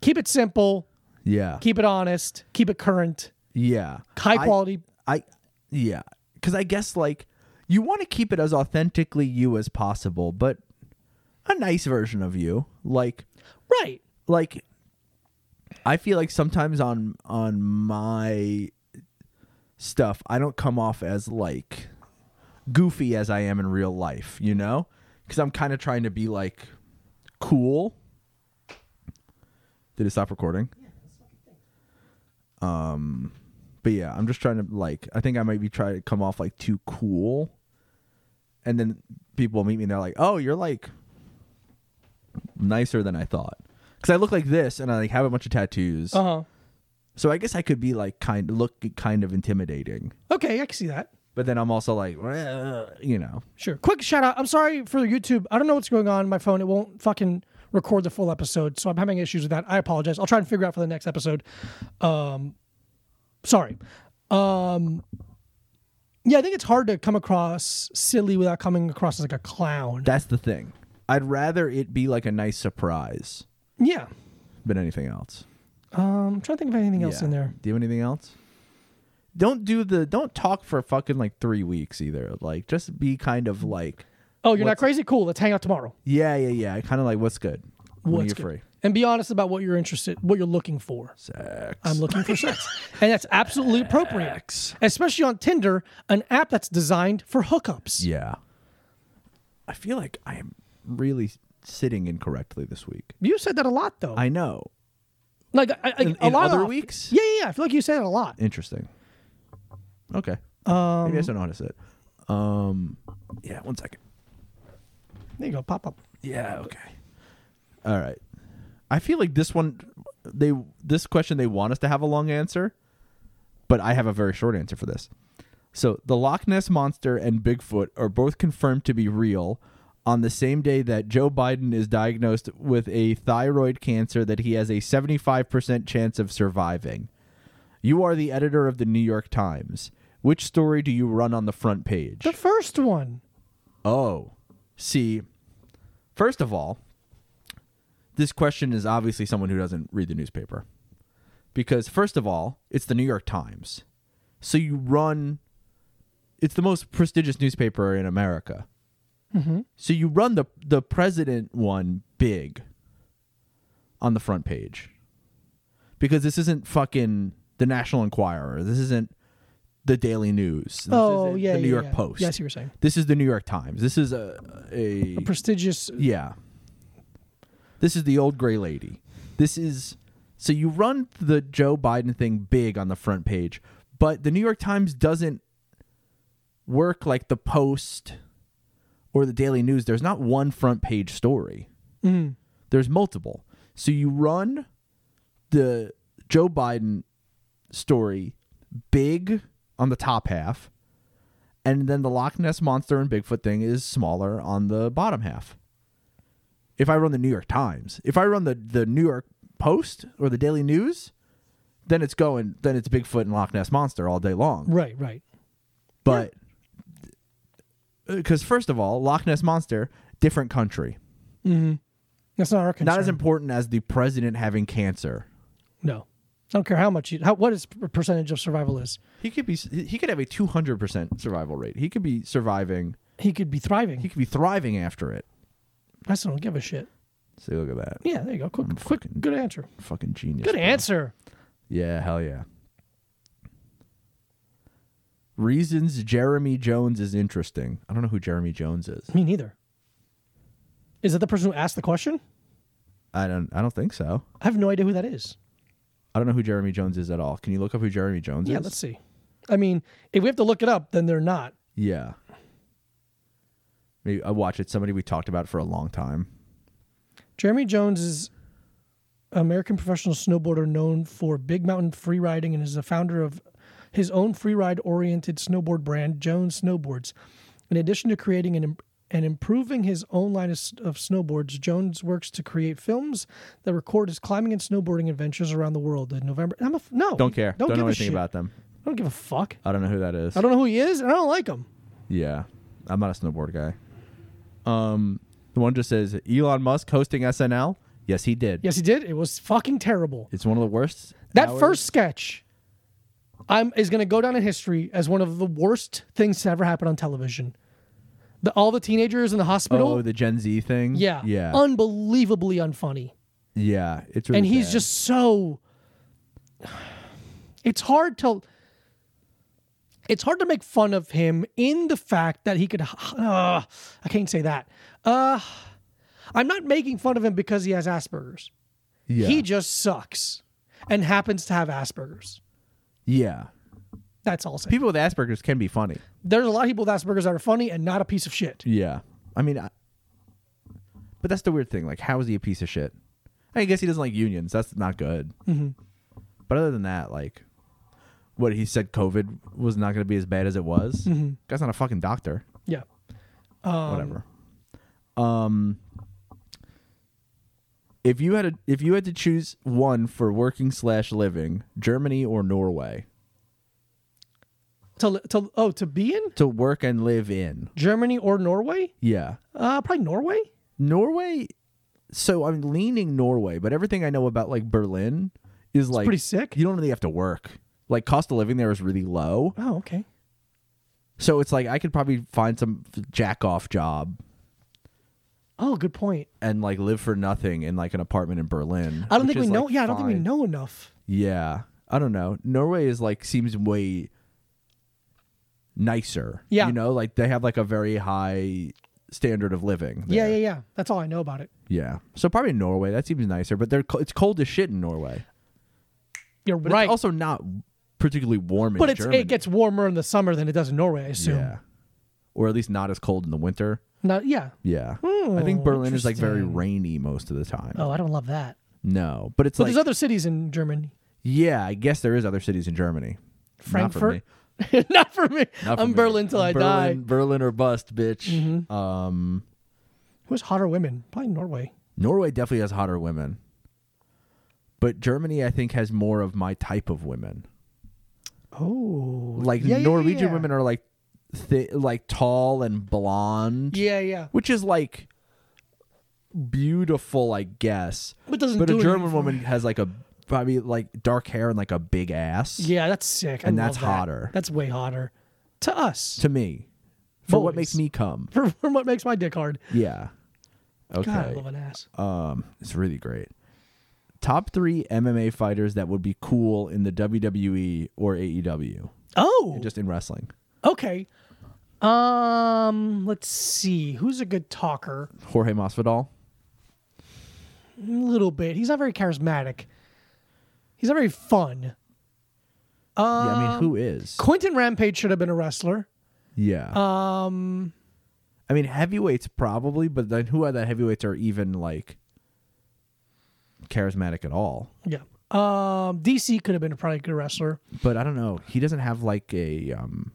B: Keep it simple.
A: Yeah,
B: Keep it honest. Keep it current.
A: yeah.
B: High
A: I-
B: quality.
A: I yeah, because I guess like you want to keep it as authentically you as possible, but a nice version of you, like
B: Right.
A: like I feel like sometimes on on my stuff I don't come off as like goofy as I am in real life, you know? Cuz I'm kind of trying to be like cool. Did it stop recording? Um but yeah, I'm just trying to like I think I might be trying to come off like too cool. And then people meet me and they're like, "Oh, you're like nicer than I thought. Because I look like this, and I like have a bunch of tattoos.
B: Uh huh.
A: So I guess I could be like kind look kind of intimidating.
B: Okay, I can see that.
A: But then I'm also like, "Ugh," you know,
B: Sure. Quick shout out. I'm sorry for the YouTube. I don't know what's going on. My phone it won't fucking record the full episode, so I'm having issues with that. I apologize. I'll try and figure out for the next episode. Um, sorry. Um, yeah, I think it's hard to come across silly without coming across as like a clown.
A: that's the thing. I'd rather it be like a nice surprise
B: yeah.
A: than anything else.
B: Um, I'm trying to think of anything else
A: Yeah.
B: in there.
A: Do you have anything else? Don't do the don't talk for fucking like three weeks either. Like just be kind of like
B: Oh, you're not
A: What's-
B: crazy? Cool. Let's hang out tomorrow.
A: yeah yeah yeah. Kind of like what's good. When
B: What's
A: are you
B: good?
A: free?
B: And be honest about what you're interested, what you're looking for.
A: Sex.
B: I'm looking for sex, and that's absolutely appropriate, especially on Tinder, an app that's designed for hookups.
A: Yeah. I feel like I am really sitting incorrectly this week.
B: You said that a lot, though.
A: I know.
B: like I, I,
A: In-
B: a
A: in
B: lot
A: other
B: of
A: weeks?
B: Yeah, yeah, yeah. I feel like you said it a lot.
A: Interesting. Okay. Um, Maybe I just don't know how to sit. Um, yeah, one second.
B: There you go. Pop up.
A: Yeah, okay. All right. I feel like this one they this question they want us to have a long answer, but I have a very short answer for this. So, the Loch Ness monster and Bigfoot are both confirmed to be real on the same day that Joe Biden is diagnosed with a thyroid cancer that he has a 75% chance of surviving. You are the editor of the New York Times. Which story do you run on the front page?
B: The first one.
A: Oh, see, first of all, this question is obviously someone who doesn't read the newspaper. Because, first of all, it's the New York Times. So you run, it's the most prestigious newspaper in America.
B: Mm-hmm.
A: So you run the, the president one big on the front page. Because this isn't fucking the National Enquirer. This isn't the Daily News. This
B: oh
A: isn't
B: yeah,
A: the New
B: yeah,
A: York
B: yeah.
A: Post.
B: Yes, you were saying
A: This is the New York Times. This is a a,
B: prestigious.
A: yeah. This is the old gray lady. This is so you run the Joe Biden thing big on the front page, but the New York Times doesn't work like the Post or the Daily News. There's not one front page story. There's multiple. So you run the Joe Biden story big on the top half, and then the Loch Ness monster and Bigfoot thing is smaller on the bottom half. If I run the New York Times, if I run the the New York Post or the Daily News, then it's going then it's Bigfoot and Loch Ness monster all day long.
B: Right, right.
A: But uh, because first of all, Loch Ness monster, different country.
B: That's not our concern.
A: Not as important as the president having cancer.
B: no. I don't care how much you, how, what his percentage of survival is.
A: He could be. He could have a two hundred percent survival rate. He could be surviving.
B: He could be thriving.
A: He could be thriving after it.
B: I still don't give a shit.
A: See, look at that.
B: Yeah, there you go. Quick, quick,
A: fucking-
B: good answer.
A: Fucking genius.
B: Good
A: bro.
B: answer.
A: Yeah, hell yeah. Reasons Jeremy Jones is interesting. I don't know who Jeremy Jones is.
B: Me neither. Is that the person who asked the question?
A: I don't. I don't think so.
B: I have no idea who that is.
A: I don't know who Jeremy Jones is at all. Can you look up who Jeremy Jones
B: Yeah,
A: is?
B: let's see. I mean, if we have to look it up, then they're not.
A: Yeah. Maybe I watch it. Somebody we talked about for a long time.
B: Jeremy Jones is an American professional snowboarder known for big mountain free riding and is the founder of his own free ride oriented snowboard brand, Jones Snowboards. In addition to creating and, im- and improving his own line of, s- of snowboards, Jones works to create films that record his climbing and snowboarding adventures around the world. In November, I'm a f- no,
A: Don't care. Don't,
B: give
A: know
B: a
A: anything
B: shit.
A: about them.
B: I don't give a fuck.
A: I don't know who that is.
B: I don't know who he is, and I don't like him.
A: Yeah, I'm not a snowboard guy. Um, the one just says Elon Musk hosting SNL. Yes, he did.
B: Yes, he did. It was fucking terrible.
A: It's one of the worst.
B: That
A: hours.
B: first sketch I'm is going to go down in history as one of the worst things to ever happen on television. The, all the teenagers in the hospital.
A: Oh, the Gen Z thing.
B: yeah.
A: Yeah.
B: Unbelievably unfunny.
A: yeah. It's really
B: And he's
A: bad.
B: just so It's hard to It's hard to make fun of him in the fact that he could uh, I can't say that. Uh I'm not making fun of him because he has Asperger's.
A: yeah.
B: He just sucks and happens to have Asperger's.
A: yeah.
B: That's all I'll say.
A: People with Asperger's can be funny.
B: There's a lot of people with Asperger's that are funny and not a piece of shit.
A: Yeah. I mean, I, but that's the weird thing. Like, how is he a piece of shit? I guess he doesn't like unions. That's not good. Mm-hmm. But other than that, like, what he said, COVID was not going to be as bad as it was. Guy's not a fucking doctor.
B: Yeah.
A: Whatever. Mm-hmm. Um, if you had a, if you had to choose one for working slash living, Germany or Norway
B: To, li- to oh to be in
A: to work and live in,
B: Germany or Norway?
A: yeah,
B: Uh, probably Norway.
A: Norway. So I'm leaning Norway, but everything I know about like Berlin is like
B: pretty sick.
A: You don't really have to work. Like cost of living there is really low,
B: Oh, okay.
A: so it's like I could probably find some jack off job
B: Oh, good point.
A: and like live for nothing in like an apartment in Berlin.
B: I don't
A: which
B: think we
A: is,
B: know.
A: like,
B: yeah, I don't think we
A: fine.
B: know enough.
A: Yeah, I don't know. Norway is like seems way nicer.
B: Yeah.
A: you know, like they have like a very high standard of living.
B: Yeah,
A: there.
B: yeah, yeah. That's all I know about it.
A: yeah. So probably Norway. That seems nicer, but they're co- it's cold as shit in Norway.
B: You're
A: But
B: right.
A: it's also not particularly warm in
B: but it's
A: Germany.
B: it gets warmer in the summer than it does in Norway. I assume.
A: yeah, or at least not as cold in the winter.
B: Not yeah.
A: Yeah, I think
B: Oh,
A: Berlin is like very
B: interesting.
A: rainy most of the time.
B: Oh, I don't love that.
A: No, but it's
B: But
A: like
B: there's other cities in Germany.
A: yeah, I guess there is other cities in Germany.
B: Frankfurt.
A: Not
B: Not for me.
A: for me. Not for
B: I'm
A: me.
B: Berlin till I
A: Berlin,
B: die. Mm-hmm.
A: Berlin or bust, bitch. Um,
B: Who's hotter women? Probably Norway.
A: Norway definitely has hotter women, but Germany I think has more of my type of women.
B: Oh,
A: Like
B: yeah, yeah,
A: Norwegian
B: yeah.
A: women are like thi like tall and blonde.
B: Yeah, yeah.
A: which is like beautiful, I guess.
B: But doesn't
A: But
B: do
A: a
B: anything
A: German
B: for
A: woman has like a probably like dark hair and like a big ass.
B: Yeah, that's sick. I
A: And
B: love
A: that's
B: that.
A: hotter.
B: That's way hotter. To us.
A: To me, for what
B: Boys.
A: makes me come.
B: for, for what makes my dick hard.
A: Yeah. Okay.
B: God, I love an ass.
A: Um, it's really great. Top three MMA fighters that would be cool in the WWE or AEW,
B: Oh,
A: just in wrestling.
B: okay. Um, let's see. Who's a good talker?
A: Jorge Masvidal.
B: A little bit. He's not very charismatic. He's not very fun.
A: yeah, I mean,
B: Um,
A: who is?
B: Quentin Rampage should have been a wrestler.
A: Yeah. Um. I mean, heavyweights probably, but then who are the heavyweights are even like charismatic at all?
B: Yeah. Um, DC could have been a probably good wrestler.
A: But I don't know. He doesn't have like a um.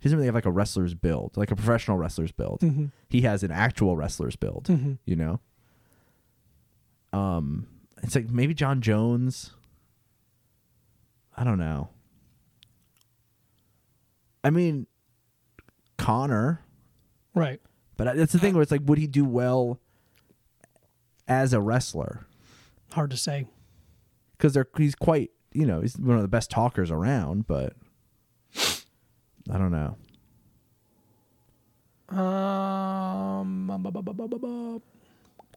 A: He doesn't really have like a wrestler's build, like a professional wrestler's build. He has an actual wrestler's build. You know. Um, it's like maybe John Jones. I don't know. I mean, Connor.
B: Right. Uh,
A: But that's the thing where it's like, would he do well as a wrestler
B: Hard to say.
A: because they're he's quite you know he's one of the best talkers around, but I don't know.
B: Um, bu- bu- bu- bu- bu- bu-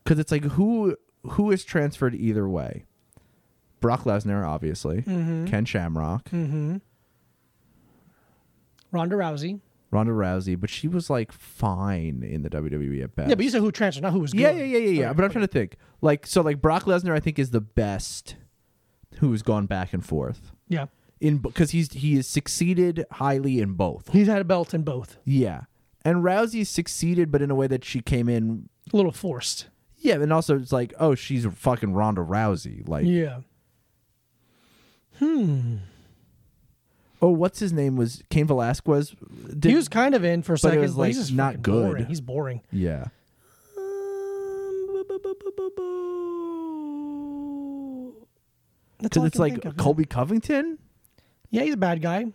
A: because it's like who who is transferred either way. Brock Lesnar, obviously,
B: Mm-hmm.
A: Ken Shamrock,
B: Mm. Ronda Rousey.
A: Ronda Rousey, but she was like fine in the WWE at best.
B: Yeah, but you said who transferred, not who was good.
A: yeah, yeah, yeah, yeah. yeah.
B: Alright.
A: But I'm trying to think. Like, so like Brock Lesnar, I think is the best who has gone back and forth
B: yeah.
A: in because he's he has succeeded highly in both.
B: He's had a belt in both.
A: Yeah, and Rousey succeeded, but in a way that she came in.
B: A little forced.
A: Yeah, and also it's like, oh, she's fucking Ronda Rousey. Like,
B: Yeah.
A: oh, what's his name was Cain Velasquez? Did,
B: he was kind of in for a
A: but it
B: second.
A: was,
B: but he's
A: like,
B: just
A: not
B: fucking
A: good.
B: boring. He's boring.
A: Yeah.
B: That's
A: Because
B: all I
A: it's
B: can
A: like
B: think of.
A: Colby Covington?
B: Yeah, he's a bad guy.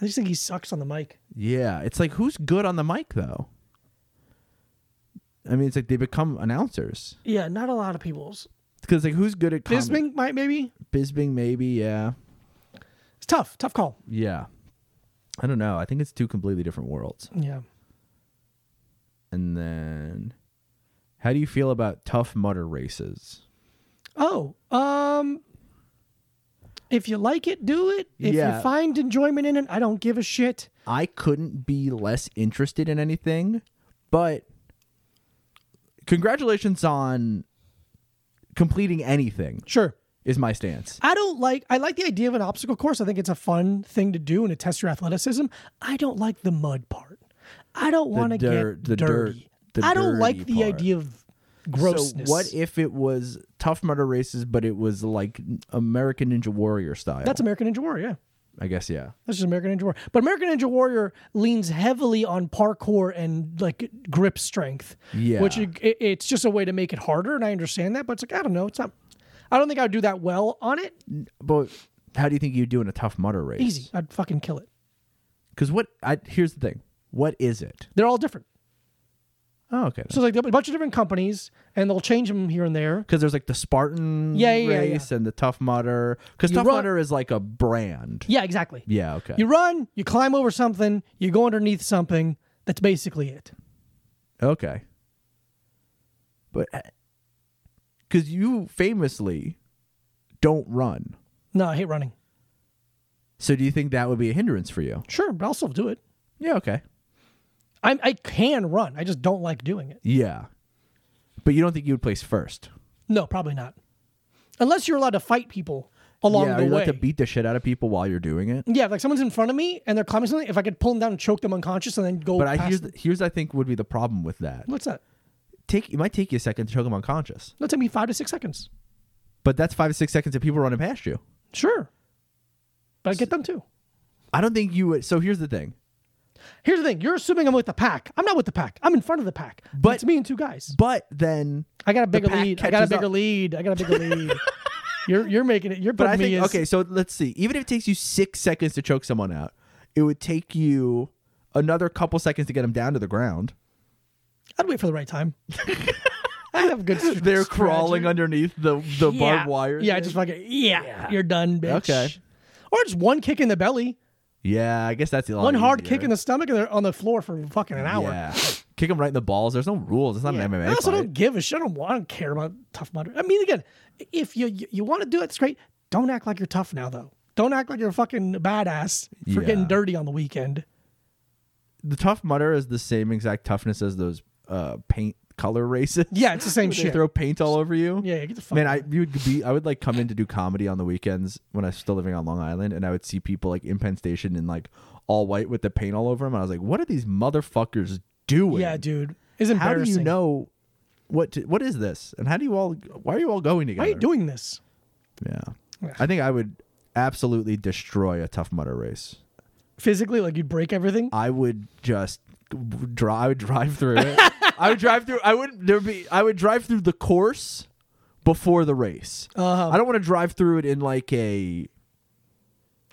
B: I just think he sucks on the mic.
A: Yeah. It's like who's good on the mic though? I mean, it's like they become announcers.
B: Yeah, not a lot of people's.
A: Because like who's good at comedy?
B: Bisping might maybe.
A: Bisbing, maybe, yeah,
B: It's tough. Tough call.
A: yeah. I don't know. I think it's two completely different worlds.
B: Yeah.
A: And then, how do you feel about tough mutter races?
B: Oh, um, if you like it, do it. If
A: Yeah.
B: you find enjoyment in it, I don't give a shit.
A: I couldn't be less interested in anything, but congratulations on completing anything
B: Sure.
A: is my stance.
B: I don't like. I like the idea of an obstacle course. I think it's a fun thing to do and it tests your athleticism. I don't like the mud part. I don't want to
A: dirt-
B: get
A: the
B: dirty.
A: dirt- the
B: I don't like
A: dirty
B: the
A: part.
B: idea of grossness.
A: So what if it was tough murder races, but it was like American Ninja Warrior style?
B: That's American Ninja Warrior. Yeah,
A: I guess yeah.
B: that's just American Ninja Warrior. But American Ninja Warrior leans heavily on parkour and like grip strength.
A: Yeah.
B: which it, it- it's just a way to make it harder, and I understand that. But it's like I don't know. It's not. I don't think I would do that well on it.
A: But how do you think you do in a tough mudder race?
B: Easy. I'd fucking kill it.
A: Because what? I here's the thing. What is it?
B: They're all different.
A: Oh, okay.
B: So like a bunch of different companies, and they'll change them here and there.
A: because there's like the Spartan
B: Yeah, yeah, yeah,
A: race and the Tough Mudder. Because
B: You
A: Tough
B: run-
A: Mudder is like a brand.
B: Yeah, exactly.
A: Yeah. Okay.
B: You run, you climb over something, you go underneath something. That's basically it.
A: Okay. But because you famously don't run,
B: No, I hate running.
A: so do you think that would be a hindrance for you?
B: Sure, but I'll still do it.
A: Yeah. Okay.
B: I I can run. I just don't like doing it.
A: Yeah. But you don't think you would place first?
B: No, probably not. Unless you're allowed to fight people along
A: yeah,
B: the
A: you
B: way.
A: like to beat the shit out of people while you're doing it.
B: yeah, like someone's in front of me and they're climbing something. If I could pull them down and choke them unconscious and then go.
A: But I
B: past
A: here's
B: them.
A: here's I think would be the problem with that.
B: What's that?
A: Take it might take you a second to choke them unconscious,
B: That'll take me five to six seconds.
A: but that's five to six seconds of people running past you.
B: Sure. But I get them too.
A: I don't think you would. So here's the thing.
B: Here's the thing. You're assuming I'm with the pack. I'm not with the pack. I'm in front of the pack.
A: But-
B: it's me and two guys.
A: But then,
B: I got a
A: the
B: bigger
A: pack
B: lead. I got a
A: catches
B: bigger
A: up.
B: lead. I got a bigger lead. You're you're making it. You're
A: but
B: putting
A: I
B: me
A: think
B: as
A: okay. So let's see. Even if it takes you six seconds to choke someone out, it would take you another couple seconds to get them down to the ground.
B: I'd wait for the right time. I have good. str-
A: They're
B: strategy.
A: crawling underneath the the barbed wire.
B: Yeah, I
A: thing.
B: just fucking yeah, You're done, bitch.
A: Okay.
B: Or just one kick in the belly,
A: yeah. I guess that's the
B: one hard kick in the stomach, and they're on the floor for fucking an hour.
A: Yeah, kick them right in the balls. There's no rules. It's not
B: Yeah.
A: an MMA
B: I also
A: fight.
B: don't give a shit. I don't, I don't care about tough mudder. I mean, again, if you you, you want to do it, it's great. Don't act like you're tough now, though. Don't act like you're a fucking badass for
A: Yeah.
B: getting dirty on the weekend.
A: the tough mutter is the same exact toughness as those uh paint color races.
B: Yeah, it's the same
A: Where they
B: shit.
A: throw paint all over you.
B: Yeah, yeah, get the fuck
A: Man,
B: out
A: I
B: of
A: you would be I would like come in to do comedy on the weekends when I was still living on Long Island, and I would see people like in Penn Station in like all white with the paint all over them, and I was like, what are these motherfuckers doing?
B: yeah, dude, it's
A: How
B: embarrassing.
A: do you know what to, what is this, and how do you all why are you all going together?
B: Why are you doing this?
A: yeah,
B: Yeah.
A: I think I would absolutely destroy a tough mutter race.
B: Physically, like you'd break everything.
A: I would just drive. I would drive through it. I would drive through. I wouldn't. There be. I would drive through the course
B: Uh-huh.
A: before the race. I don't want to drive through it in like a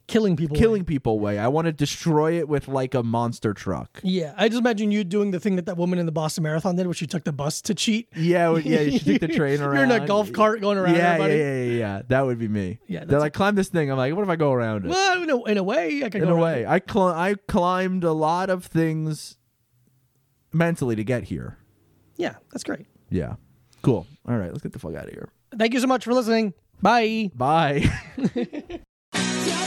B: killing people.
A: killing people way. I want to destroy it with like a monster truck.
B: Yeah, I just imagine you doing the thing that that woman in the Boston Marathon did, where she took the bus to cheat.
A: Yeah, w- yeah. You should take the train around.
B: You're in a golf cart going around.
A: Yeah, yeah,
B: everybody.
A: yeah, yeah, yeah. That would be me.
B: Yeah,
A: they're
B: that's
A: like climb this thing. I'm like, what if I go around it?
B: Well, in a, in a way, I could
A: in a
B: go around
A: way, I cl- I climbed a lot of things mentally to get here.
B: it. Yeah, that's great.
A: Yeah, cool. All right, let's get the fuck out of here.
B: Thank you so much for listening. Bye.
A: Bye.
D: Yeah.